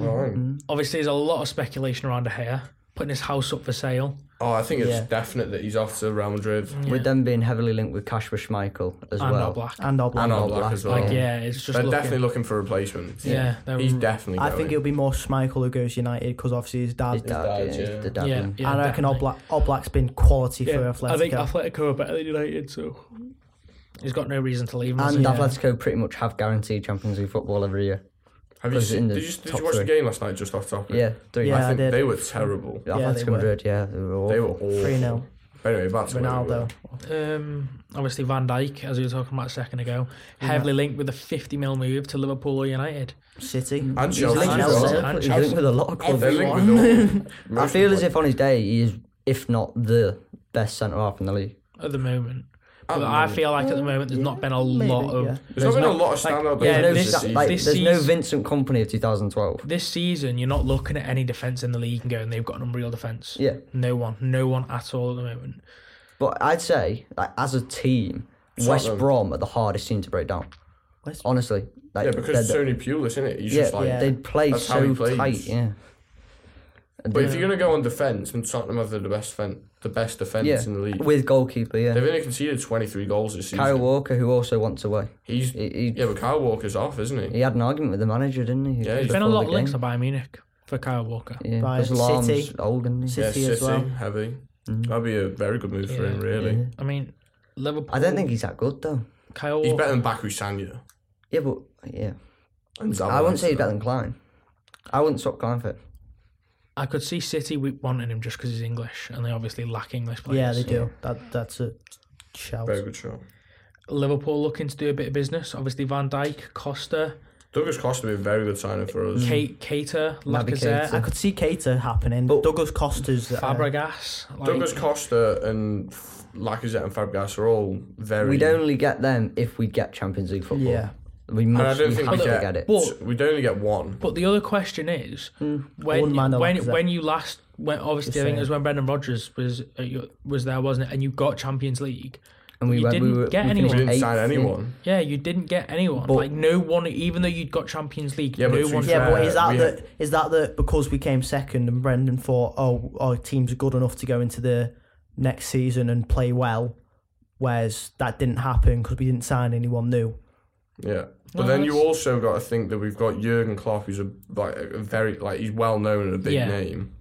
Speaker 2: All right.
Speaker 1: Obviously, there's a lot of speculation around De Gea putting his house up for sale.
Speaker 2: Oh, I think it's
Speaker 3: Yeah.
Speaker 2: definite that he's off to Real Madrid.
Speaker 1: Mm.
Speaker 5: With them being heavily linked with Kasper Schmeichel as
Speaker 1: And
Speaker 5: well.
Speaker 1: not black.
Speaker 3: And Oblak.
Speaker 2: And Oblak as well.
Speaker 1: Like, yeah, it's just
Speaker 2: They're
Speaker 1: looking,
Speaker 2: definitely looking for replacements.
Speaker 1: Yeah, they're-
Speaker 2: he's definitely.
Speaker 3: I
Speaker 2: going.
Speaker 3: think it'll be more Schmeichel who goes United because obviously his dad.
Speaker 5: His dad,
Speaker 2: dad,
Speaker 5: yeah,
Speaker 2: yeah.
Speaker 5: the dad.
Speaker 1: yeah,
Speaker 5: link.
Speaker 1: yeah,
Speaker 3: and I reckon
Speaker 1: definitely.
Speaker 3: Oblak, Oblak's been quality
Speaker 1: Yeah,
Speaker 3: for
Speaker 1: I think
Speaker 3: Atletico.
Speaker 1: Atletico are better than United, so he's got no reason to leave. has
Speaker 5: And
Speaker 1: he?
Speaker 5: Atletico pretty much have guaranteed Champions League football every year.
Speaker 2: Have you
Speaker 5: was
Speaker 2: seen?
Speaker 5: in the
Speaker 2: Did you, did
Speaker 5: top
Speaker 2: you watch
Speaker 5: three.
Speaker 2: the game last night? Just off topic.
Speaker 5: Yeah, three.
Speaker 3: Yeah,
Speaker 2: I think
Speaker 3: I did.
Speaker 2: they were terrible.
Speaker 5: Atletico
Speaker 3: Yeah, they were.
Speaker 5: Madrid. Yeah, they were. Awful.
Speaker 2: They were awful.
Speaker 3: Three 0
Speaker 2: Anyway, back to where we were.
Speaker 3: Ronaldo.
Speaker 1: Um, obviously Van Dijk, as we were talking about a second ago, heavily linked with a 50 mil move to Liverpool or United.
Speaker 3: City.
Speaker 2: and
Speaker 5: He's
Speaker 2: Chelsea.
Speaker 5: linked,
Speaker 1: And
Speaker 5: with a lot of
Speaker 1: Chelsea.
Speaker 5: clubs.
Speaker 1: And
Speaker 5: He's linked with a lot of clubs.
Speaker 2: They're linked with all.
Speaker 5: I
Speaker 2: most
Speaker 5: feel
Speaker 2: of
Speaker 5: as
Speaker 2: them.
Speaker 5: if on his day he is, if not the best centre half in the league.
Speaker 1: at the moment. But I feel like at the moment there's not been a lot
Speaker 3: maybe,
Speaker 1: of
Speaker 3: yeah.
Speaker 2: There's, not been a lot of standout
Speaker 1: yeah,
Speaker 2: players
Speaker 5: There's
Speaker 1: this-
Speaker 5: no,
Speaker 2: this
Speaker 5: Sa-
Speaker 2: season.
Speaker 5: like,
Speaker 1: this
Speaker 5: there's no
Speaker 1: season-
Speaker 5: Vincent Company of 2012.
Speaker 1: this season. You're not looking at any defense in the league and going they've got an unreal defense.
Speaker 5: Yeah.
Speaker 1: no one, no one at all at the moment.
Speaker 5: But I'd say, like, as a team, West
Speaker 2: Tottenham.
Speaker 5: Brom are the hardest team to break down.
Speaker 3: West-
Speaker 5: Honestly. Like,
Speaker 2: yeah,
Speaker 5: they're
Speaker 2: because it's
Speaker 5: the-
Speaker 2: Tony Pulis, isn't it? He's
Speaker 5: yeah,
Speaker 2: just like.
Speaker 3: yeah.
Speaker 5: they play
Speaker 2: That's how
Speaker 5: so
Speaker 2: he plays.
Speaker 5: tight. Yeah. And
Speaker 2: But
Speaker 5: they-
Speaker 2: if you're gonna go on defence, and Tottenham have the best fen- the best defence
Speaker 5: yeah,
Speaker 2: in the league.
Speaker 5: with goalkeeper, yeah.
Speaker 2: They've only conceded 23 goals this season.
Speaker 5: Kyle Walker, who also wants away.
Speaker 2: He's
Speaker 5: He, he,
Speaker 2: yeah, but Kyle Walker's off, isn't he?
Speaker 5: he had an argument with the manager, didn't he?
Speaker 2: Yeah, he's
Speaker 1: There's been a
Speaker 5: before
Speaker 1: lot
Speaker 5: the
Speaker 1: of links to
Speaker 5: game.
Speaker 1: Bayern Munich for Kyle Walker.
Speaker 5: Yeah,
Speaker 3: Right,
Speaker 5: because Lallana's
Speaker 3: City.
Speaker 5: old, isn't he?
Speaker 3: City.
Speaker 2: yeah,
Speaker 3: as well.
Speaker 2: heavy. That'd be a very good move for him,
Speaker 1: Yeah.
Speaker 2: really.
Speaker 5: Mm-hmm. Yeah.
Speaker 1: I mean, Liverpool.
Speaker 5: I don't think he's that good though.
Speaker 1: Kyle
Speaker 2: He's
Speaker 1: Walker.
Speaker 2: better than Baku Sanya.
Speaker 5: Yeah, but yeah,
Speaker 2: And
Speaker 5: I
Speaker 2: Zabaleta.
Speaker 5: wouldn't say he's better than Klein. I wouldn't swap Klein for. him.
Speaker 1: I could see City we- wanting him just because he's English, and they obviously lack English players.
Speaker 3: Yeah, they do. That that's a shout.
Speaker 2: Very good shot.
Speaker 1: Liverpool looking to do a bit of business. Obviously, Van Dijk, Costa,
Speaker 2: Douglas Costa would be a very good signing for us.
Speaker 1: Kate, Cater,
Speaker 5: Naby
Speaker 1: Lacazette,
Speaker 5: Keita.
Speaker 3: I could see Cater happening.
Speaker 5: But-
Speaker 3: Douglas Costa's there.
Speaker 1: Fabregas. Like,
Speaker 2: Douglas Costa and F- Lacazette and Fabregas are all very.
Speaker 5: We'd only get them if we get Champions League football.
Speaker 3: Yeah.
Speaker 5: we must.
Speaker 2: don't
Speaker 5: we
Speaker 2: think
Speaker 5: have
Speaker 2: we
Speaker 5: to
Speaker 2: get-
Speaker 5: get it.
Speaker 1: But
Speaker 2: We'd only get one.
Speaker 1: But the other question is
Speaker 2: Hmm.
Speaker 3: One
Speaker 1: when
Speaker 3: man
Speaker 1: when
Speaker 3: Alexa.
Speaker 1: when you last when obviously I think it was when Brendan Rodgers was at your- was there wasn't it and you got Champions League
Speaker 5: and we,
Speaker 1: you
Speaker 5: went- we
Speaker 1: didn't
Speaker 5: were,
Speaker 1: get
Speaker 5: we
Speaker 1: anyone.
Speaker 5: finished
Speaker 2: We didn't
Speaker 5: eighth,
Speaker 2: sign
Speaker 5: yeah.
Speaker 2: anyone.
Speaker 1: yeah you didn't get anyone
Speaker 5: But-
Speaker 1: like no one even though you'd got Champions League
Speaker 2: Yeah, but
Speaker 1: no
Speaker 2: to
Speaker 1: one
Speaker 2: be
Speaker 3: Yeah, but
Speaker 2: Uh,
Speaker 3: is that
Speaker 2: we
Speaker 3: the,
Speaker 2: had-
Speaker 3: is that the because we came second and Brendan thought, oh, our team's good enough to go into the next season and play well, whereas that didn't happen because we didn't sign anyone new.
Speaker 2: Yeah, but
Speaker 1: No,
Speaker 2: then you
Speaker 1: that's-
Speaker 2: also got to think that we've got Jurgen Klopp, who's a like a very like he's well known and a big
Speaker 1: Yeah.
Speaker 2: name,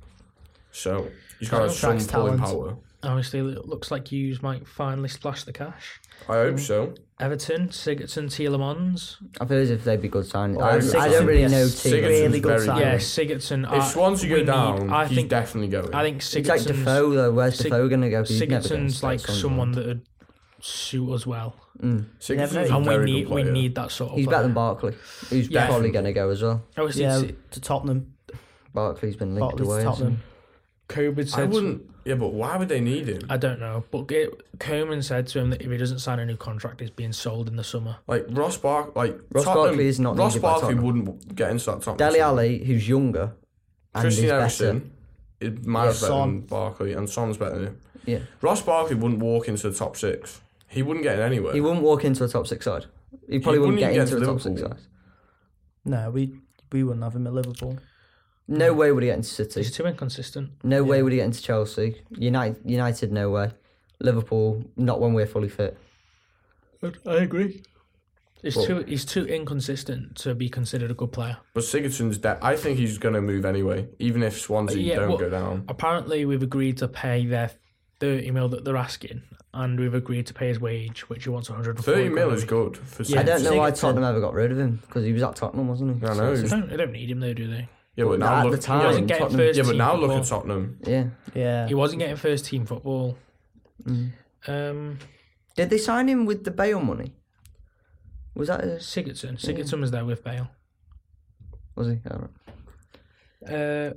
Speaker 2: so he's got some
Speaker 3: Attracts
Speaker 2: pulling
Speaker 3: talent.
Speaker 2: power.
Speaker 1: obviously it looks like you might finally splash the cash
Speaker 2: I hope so.
Speaker 1: Everton Sigurdsson Tielemans
Speaker 5: I feel as if they'd be good signings.
Speaker 2: I
Speaker 5: I, don't- I don't
Speaker 3: Sigurdsson
Speaker 5: really
Speaker 3: is
Speaker 5: know
Speaker 2: Sigurdsson's
Speaker 5: teams.
Speaker 3: Really good
Speaker 2: very
Speaker 3: signing.
Speaker 1: yeah
Speaker 3: Really?
Speaker 1: Sigurdsson
Speaker 2: If
Speaker 1: I- Uh, we
Speaker 2: Swansea go
Speaker 1: need-
Speaker 2: down,
Speaker 1: I
Speaker 2: he's
Speaker 1: think
Speaker 2: definitely going.
Speaker 1: I think
Speaker 5: It's like
Speaker 1: Sigurdsson's
Speaker 5: Defoe though. Where's
Speaker 1: Sig-
Speaker 5: Defoe going to go? 'Cause he's never gonna
Speaker 1: Sigurdsson's
Speaker 5: stay
Speaker 1: like
Speaker 5: somewhere.
Speaker 1: someone that would suit us well
Speaker 2: Sigurdsson's
Speaker 3: Never
Speaker 2: a
Speaker 3: know.
Speaker 1: and we
Speaker 2: very good
Speaker 1: need we
Speaker 2: player.
Speaker 1: need that sort of
Speaker 5: He's better
Speaker 1: player.
Speaker 5: than Barkley, who's
Speaker 1: Yeah.
Speaker 5: probably going to go as well.
Speaker 1: obviously
Speaker 3: Yeah,
Speaker 1: Si-
Speaker 3: to Tottenham,
Speaker 5: Barkley's been linked
Speaker 3: Bartley's
Speaker 5: away.
Speaker 3: to
Speaker 5: hasn't he?
Speaker 3: Tottenham.
Speaker 1: Coburn
Speaker 2: I
Speaker 1: said
Speaker 2: wouldn't. Yeah, but why would they need him?
Speaker 1: I don't know, but it, Coman said to him that if he doesn't sign a new contract, he's being sold in the summer.
Speaker 2: Like Ross Bark, like
Speaker 5: Ross
Speaker 2: Tottenham-
Speaker 5: Barkley is not
Speaker 2: Ross
Speaker 5: needed by
Speaker 2: Barkley
Speaker 5: Tottenham.
Speaker 2: wouldn't get into that top.
Speaker 5: Deli Ali, who's younger, and
Speaker 2: Christian
Speaker 5: is
Speaker 2: Eriksen is miles
Speaker 3: Yeah,
Speaker 2: better
Speaker 3: Son.
Speaker 2: than Barkley, and Son's better than him.
Speaker 5: better. Yeah,
Speaker 2: Ross Barkley wouldn't walk into the top six. He wouldn't get in anywhere.
Speaker 5: he wouldn't walk into a top six side. He probably wouldn't,
Speaker 2: wouldn't
Speaker 5: get,
Speaker 2: even
Speaker 5: into
Speaker 2: get
Speaker 5: a
Speaker 2: to
Speaker 5: top six
Speaker 2: Liverpool.
Speaker 5: side.
Speaker 3: no, we we wouldn't have him at Liverpool.
Speaker 5: No way would he get into City.
Speaker 1: He's too inconsistent.
Speaker 5: No way would he get into Chelsea. United, United, no way. Liverpool, not when we're fully fit.
Speaker 1: I agree. He's too he's too inconsistent to be considered a good player.
Speaker 2: But Sigurdsson's dead. I think he's going to move anyway, even if Swansea
Speaker 1: Yeah,
Speaker 2: don't
Speaker 1: well-
Speaker 2: go down.
Speaker 1: Apparently, we've agreed to pay their thirty mil that they're asking, and we've agreed to pay his wage, which he wants one hundred and forty.
Speaker 2: Thirty mil is good for Sigurdsson.
Speaker 5: I don't know why
Speaker 3: Sigurdsson.
Speaker 5: Tottenham ever got rid of him because he was at Tottenham, wasn't he?
Speaker 2: I know.
Speaker 1: They don't, they don't need him though, do they?
Speaker 2: Yeah, but now
Speaker 5: at
Speaker 2: look.
Speaker 5: the time,
Speaker 2: yeah,
Speaker 1: He wasn't
Speaker 5: Tottenham-
Speaker 1: getting first.
Speaker 2: yeah, but
Speaker 1: team
Speaker 2: now look
Speaker 1: football.
Speaker 2: at Tottenham.
Speaker 5: Yeah.
Speaker 3: Yeah, Mm.
Speaker 1: He wasn't getting first team football. Um,
Speaker 5: Did they sign him with the bail money? Was that his?
Speaker 1: Sigurdsson. Sigurdsson was there with Bale.
Speaker 5: Was he? All right.
Speaker 1: Uh,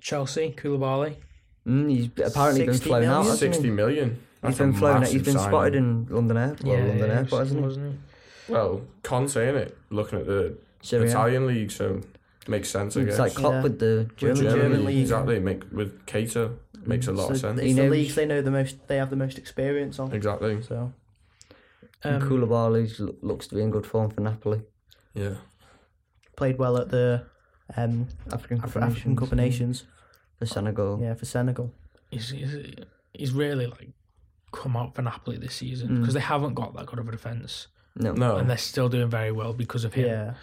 Speaker 1: Chelsea, Koulibaly.
Speaker 5: Mm, he's apparently been
Speaker 3: 60
Speaker 5: flown out.
Speaker 3: million?
Speaker 5: hasn't he?
Speaker 2: Sixty million.
Speaker 5: He's
Speaker 2: That's a
Speaker 5: been flown. out. He's
Speaker 2: massive
Speaker 5: been
Speaker 2: signing.
Speaker 5: spotted in London Airport. Well, London
Speaker 1: it
Speaker 5: Airport,
Speaker 1: was-
Speaker 5: hasn't he?
Speaker 1: wasn't it?
Speaker 2: Well, Conte in it. Looking at the
Speaker 5: Serie A.
Speaker 2: Italian league, so makes sense. I
Speaker 5: It's
Speaker 2: guess.
Speaker 5: like Klopp
Speaker 3: Yeah.
Speaker 5: with the German. Mm,
Speaker 2: Germany,
Speaker 3: German league.
Speaker 2: exactly. Make with Cater makes a lot
Speaker 3: so
Speaker 2: of sense.
Speaker 3: it's
Speaker 5: He
Speaker 3: the
Speaker 5: knows-
Speaker 3: leagues they know the most. They have the most experience on.
Speaker 2: Exactly.
Speaker 3: So
Speaker 5: And
Speaker 1: Um,
Speaker 5: Koulibaly's lo- looks to be in good form for Napoli.
Speaker 2: Yeah.
Speaker 3: played well at the um,
Speaker 5: African
Speaker 3: Af-
Speaker 5: Cup of
Speaker 3: African
Speaker 5: Nations,
Speaker 3: Cup of Nations.
Speaker 5: for Senegal.
Speaker 3: Yeah, for Senegal.
Speaker 1: He's, he's, he's really like come out for Napoli this season because they haven't got that good of a defence
Speaker 5: No.
Speaker 1: and
Speaker 2: No.
Speaker 1: they're still doing very well because of him.
Speaker 3: Yeah,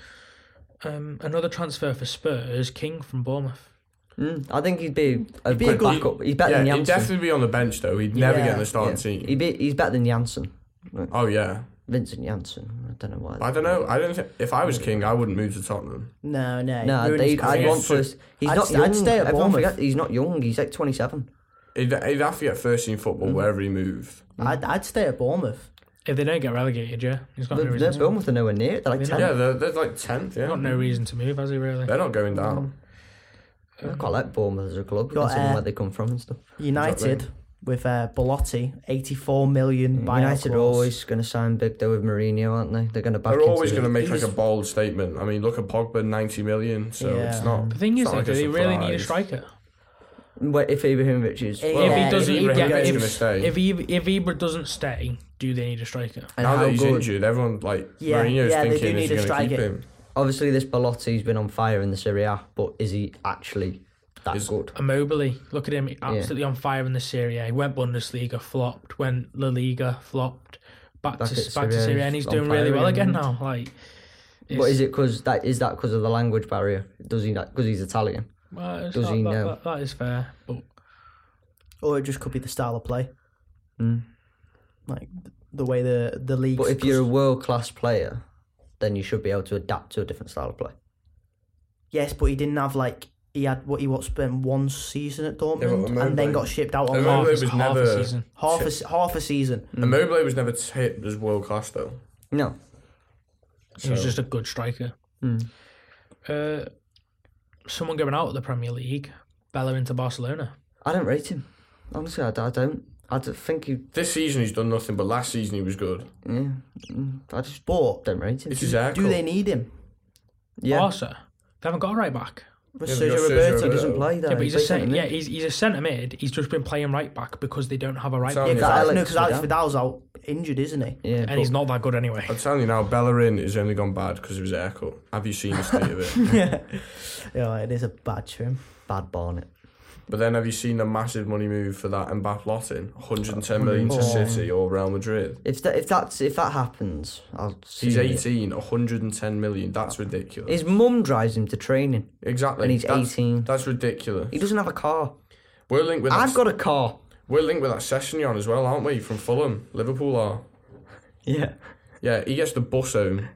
Speaker 1: Um, another transfer for Spurs, King from Bournemouth.
Speaker 2: Hmm.
Speaker 5: Mm, I think he'd be a
Speaker 3: be a
Speaker 5: good
Speaker 3: good-
Speaker 5: backup. He's better
Speaker 2: Yeah,
Speaker 5: than
Speaker 2: he'd
Speaker 5: Janssen.
Speaker 2: definitely be on the bench though. He'd never
Speaker 3: Yeah.
Speaker 2: get in the starting
Speaker 5: Yeah.
Speaker 2: team.
Speaker 5: He'd be, he's better than Janssen.
Speaker 2: Oh yeah.
Speaker 5: Vincent Janssen. I don't know why.
Speaker 2: I don't know. I don't. Think, if I was king, I wouldn't move to Tottenham.
Speaker 3: no, no,
Speaker 5: No,
Speaker 3: ruined his
Speaker 5: they, I'd
Speaker 3: career.
Speaker 5: want first. He's
Speaker 3: I'd
Speaker 5: not
Speaker 3: st-
Speaker 5: young.
Speaker 3: I'd stay at
Speaker 5: Everyone
Speaker 3: Bournemouth.
Speaker 5: forget he's not young. He's like 27.
Speaker 2: He'd, he'd have to get first team football wherever he moved.
Speaker 3: I'd, I'd stay at Bournemouth.
Speaker 1: If they don't get relegated, yeah, he's got
Speaker 5: But
Speaker 1: no
Speaker 5: they're
Speaker 1: reason.
Speaker 5: Bournemouth are nowhere near it. They're like 10.
Speaker 2: Yeah, they're, they're like tenth. Yeah,
Speaker 1: Got no reason to move, has he really?
Speaker 2: they're not going down.
Speaker 5: I quite like Bournemouth as a club,
Speaker 3: Got,
Speaker 5: considering
Speaker 3: uh,
Speaker 5: where they come from and stuff.
Speaker 3: United with uh, Bellotti, 84
Speaker 5: Mm,
Speaker 3: million buyout
Speaker 5: United are
Speaker 3: clause.
Speaker 5: always going to sign big though with Mourinho, aren't they? They're going to back.
Speaker 2: They're
Speaker 5: into
Speaker 2: always
Speaker 5: it.
Speaker 2: going to make like
Speaker 1: He's-
Speaker 2: a bold statement. I mean, look at Pogba, 90 million. So
Speaker 3: Yeah.
Speaker 2: it's not.
Speaker 1: The thing
Speaker 2: it's
Speaker 1: is,
Speaker 2: not
Speaker 1: though,
Speaker 2: like
Speaker 1: do they really need a
Speaker 2: surprise.
Speaker 1: striker?
Speaker 5: Wait, if Ibrahimovic is
Speaker 1: if
Speaker 3: If Yeah,
Speaker 1: he doesn't,
Speaker 3: if
Speaker 1: if,
Speaker 2: Ibrahimovic
Speaker 1: if,
Speaker 2: gonna stay.
Speaker 1: if, he, if Ibra doesn't stay, do they need a striker?
Speaker 5: and
Speaker 2: Now
Speaker 5: how
Speaker 2: that he's
Speaker 5: good,
Speaker 2: injured, everyone like
Speaker 3: Yeah,
Speaker 2: Mourinho's
Speaker 3: yeah, they do
Speaker 2: thinking is
Speaker 3: need a
Speaker 2: he going to keep
Speaker 3: striker.
Speaker 2: him.
Speaker 5: obviously this Bellotti's been on fire in the Serie A, but is he actually that
Speaker 2: Is-
Speaker 5: good?
Speaker 1: Immobile, look at him, absolutely on fire in the Serie A. Went Bundesliga, flopped. Went La Liga, flopped. Back,
Speaker 5: Back
Speaker 1: to
Speaker 5: at
Speaker 1: back to
Speaker 5: Serie A,
Speaker 1: Serie A, and he's
Speaker 5: on
Speaker 1: doing really
Speaker 5: fire
Speaker 1: well again
Speaker 5: again.
Speaker 1: now. Like, it's-
Speaker 5: But is it because that is that because of the language barrier? Does he because he's Italian?
Speaker 1: well, it's
Speaker 5: does
Speaker 1: not-
Speaker 5: he
Speaker 1: that-
Speaker 5: know?
Speaker 1: that- that is fair, but
Speaker 3: Or it just could be the style of play.
Speaker 5: Mm.
Speaker 3: Like the way the, the league.
Speaker 5: But if you're a world class player, then you should be able to adapt to a different style of play.
Speaker 3: Yes, but he didn't have like. He had what he what spent one season at Dortmund
Speaker 2: Immobile-
Speaker 3: and then got shipped out on
Speaker 2: Immobile
Speaker 3: loan.
Speaker 1: half,
Speaker 2: was
Speaker 1: half
Speaker 2: never-
Speaker 1: a season.
Speaker 3: half a, se- half a season.
Speaker 5: Mm.
Speaker 2: Immobile was never tipped as world class though.
Speaker 5: No,
Speaker 1: He was just a good striker.
Speaker 5: Hmm.
Speaker 1: Uh, someone going out of the Premier League, Bella into Barcelona.
Speaker 5: I don't rate him. Honestly, I, d- I don't. I d- think he.
Speaker 2: This season he's done nothing, but last season he was good.
Speaker 5: Yeah, Mm, I just
Speaker 3: But
Speaker 5: don't rate him.
Speaker 2: It's his ankle.
Speaker 3: do they need him?
Speaker 5: Yeah,
Speaker 1: Barca, they haven't got a right back.
Speaker 3: With
Speaker 2: Yeah, they
Speaker 3: Sergio
Speaker 2: got Sergio
Speaker 3: Roberto,
Speaker 5: he doesn't play that.
Speaker 1: Yeah, but he's a
Speaker 5: plays
Speaker 1: cent-
Speaker 5: centre
Speaker 1: yeah,
Speaker 5: mid.
Speaker 1: he's, he's a centre mid. He's just been playing right back because they don't have a right
Speaker 2: Sound
Speaker 1: back,
Speaker 2: it.
Speaker 3: Because Alex,
Speaker 5: Alex
Speaker 3: no, because Alex
Speaker 5: Vidal.
Speaker 3: Vidal's out injured, isn't he?
Speaker 5: yeah.
Speaker 1: and he's not that good anyway.
Speaker 2: I'm telling you now, Bellerin has only gone bad because of his haircut. Have you seen the state of it?
Speaker 3: Yeah, it is a badge for him.
Speaker 5: bad Barnet.
Speaker 2: But then have you seen the massive money move for that Mbappe Lottin? 110 million
Speaker 3: Oh.
Speaker 2: to City or Real Madrid.
Speaker 5: If that if that's if that happens, I'll see.
Speaker 2: He's
Speaker 5: it.
Speaker 2: 18, 110 million. That's ridiculous.
Speaker 5: His mum drives him to training,
Speaker 2: exactly.
Speaker 5: and he's
Speaker 2: that's,
Speaker 5: eighteen.
Speaker 2: That's ridiculous.
Speaker 5: He doesn't have a car.
Speaker 2: We're linked with
Speaker 5: I've
Speaker 2: that,
Speaker 5: got a car.
Speaker 2: we're linked with that session on as well, aren't we? From Fulham, Liverpool are.
Speaker 5: Yeah,
Speaker 2: Yeah, he gets the bus home.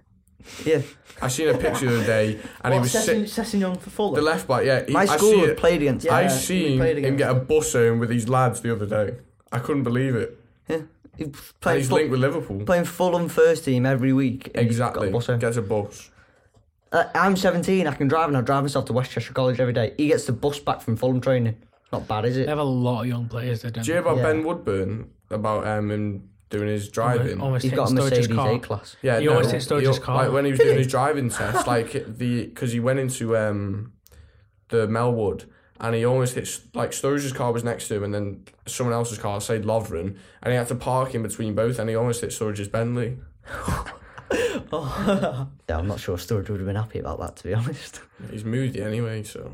Speaker 5: yeah.
Speaker 2: I seen a picture the other day, and he was sick.
Speaker 3: Sessignon for
Speaker 2: The
Speaker 3: Fulham.
Speaker 2: left back, yeah. He,
Speaker 5: My
Speaker 2: I
Speaker 5: school
Speaker 2: see
Speaker 5: had
Speaker 2: it-
Speaker 5: played against.
Speaker 3: Yeah.
Speaker 5: Yeah.
Speaker 2: I've
Speaker 3: he
Speaker 2: seen
Speaker 3: played
Speaker 2: him
Speaker 3: against
Speaker 2: get a bus home with these lads the other day. I couldn't believe it.
Speaker 5: He
Speaker 2: And
Speaker 5: played
Speaker 2: he's
Speaker 5: full,
Speaker 2: linked with Liverpool.
Speaker 5: playing Fulham first team every week. and he's got
Speaker 2: Exactly.
Speaker 5: a bus home.
Speaker 2: Gets a bus.
Speaker 5: Uh, I'm 17. I can drive, and I drive myself to Westchester College every day. He gets the bus back from Fulham training. Not bad, is
Speaker 1: They
Speaker 5: it?
Speaker 1: have a lot of young players. They don't.
Speaker 2: Do you hear about
Speaker 5: Yeah.
Speaker 2: Ben Woodburn about um, him doing his driving?
Speaker 1: almost
Speaker 5: He's
Speaker 1: hit
Speaker 5: got a
Speaker 1: Sturridge's
Speaker 5: Mercedes
Speaker 1: car.
Speaker 5: A class.
Speaker 2: yeah,
Speaker 1: he almost hit Sturridge's car.
Speaker 2: Like when he was doing his driving test, like the because he went into um, the Melwood and he almost hit like Sturridge's car was next to him, and then someone else's car, say Lovren, and he had to park in between both, and he almost hit Sturridge's Bentley.
Speaker 5: Yeah, I'm not sure Sturridge would have been happy about that, to be honest.
Speaker 2: He's moody anyway, so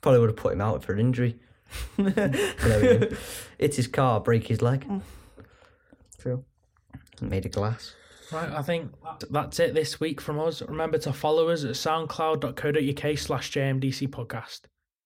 Speaker 5: Probably would have put him out for an injury. Blow him. Hit his car, break his leg.
Speaker 3: True.
Speaker 5: Made of glass.
Speaker 1: Right, I think that- that's it this week from us. Remember to follow us at soundcloud.co.uk slash JMDC podcast.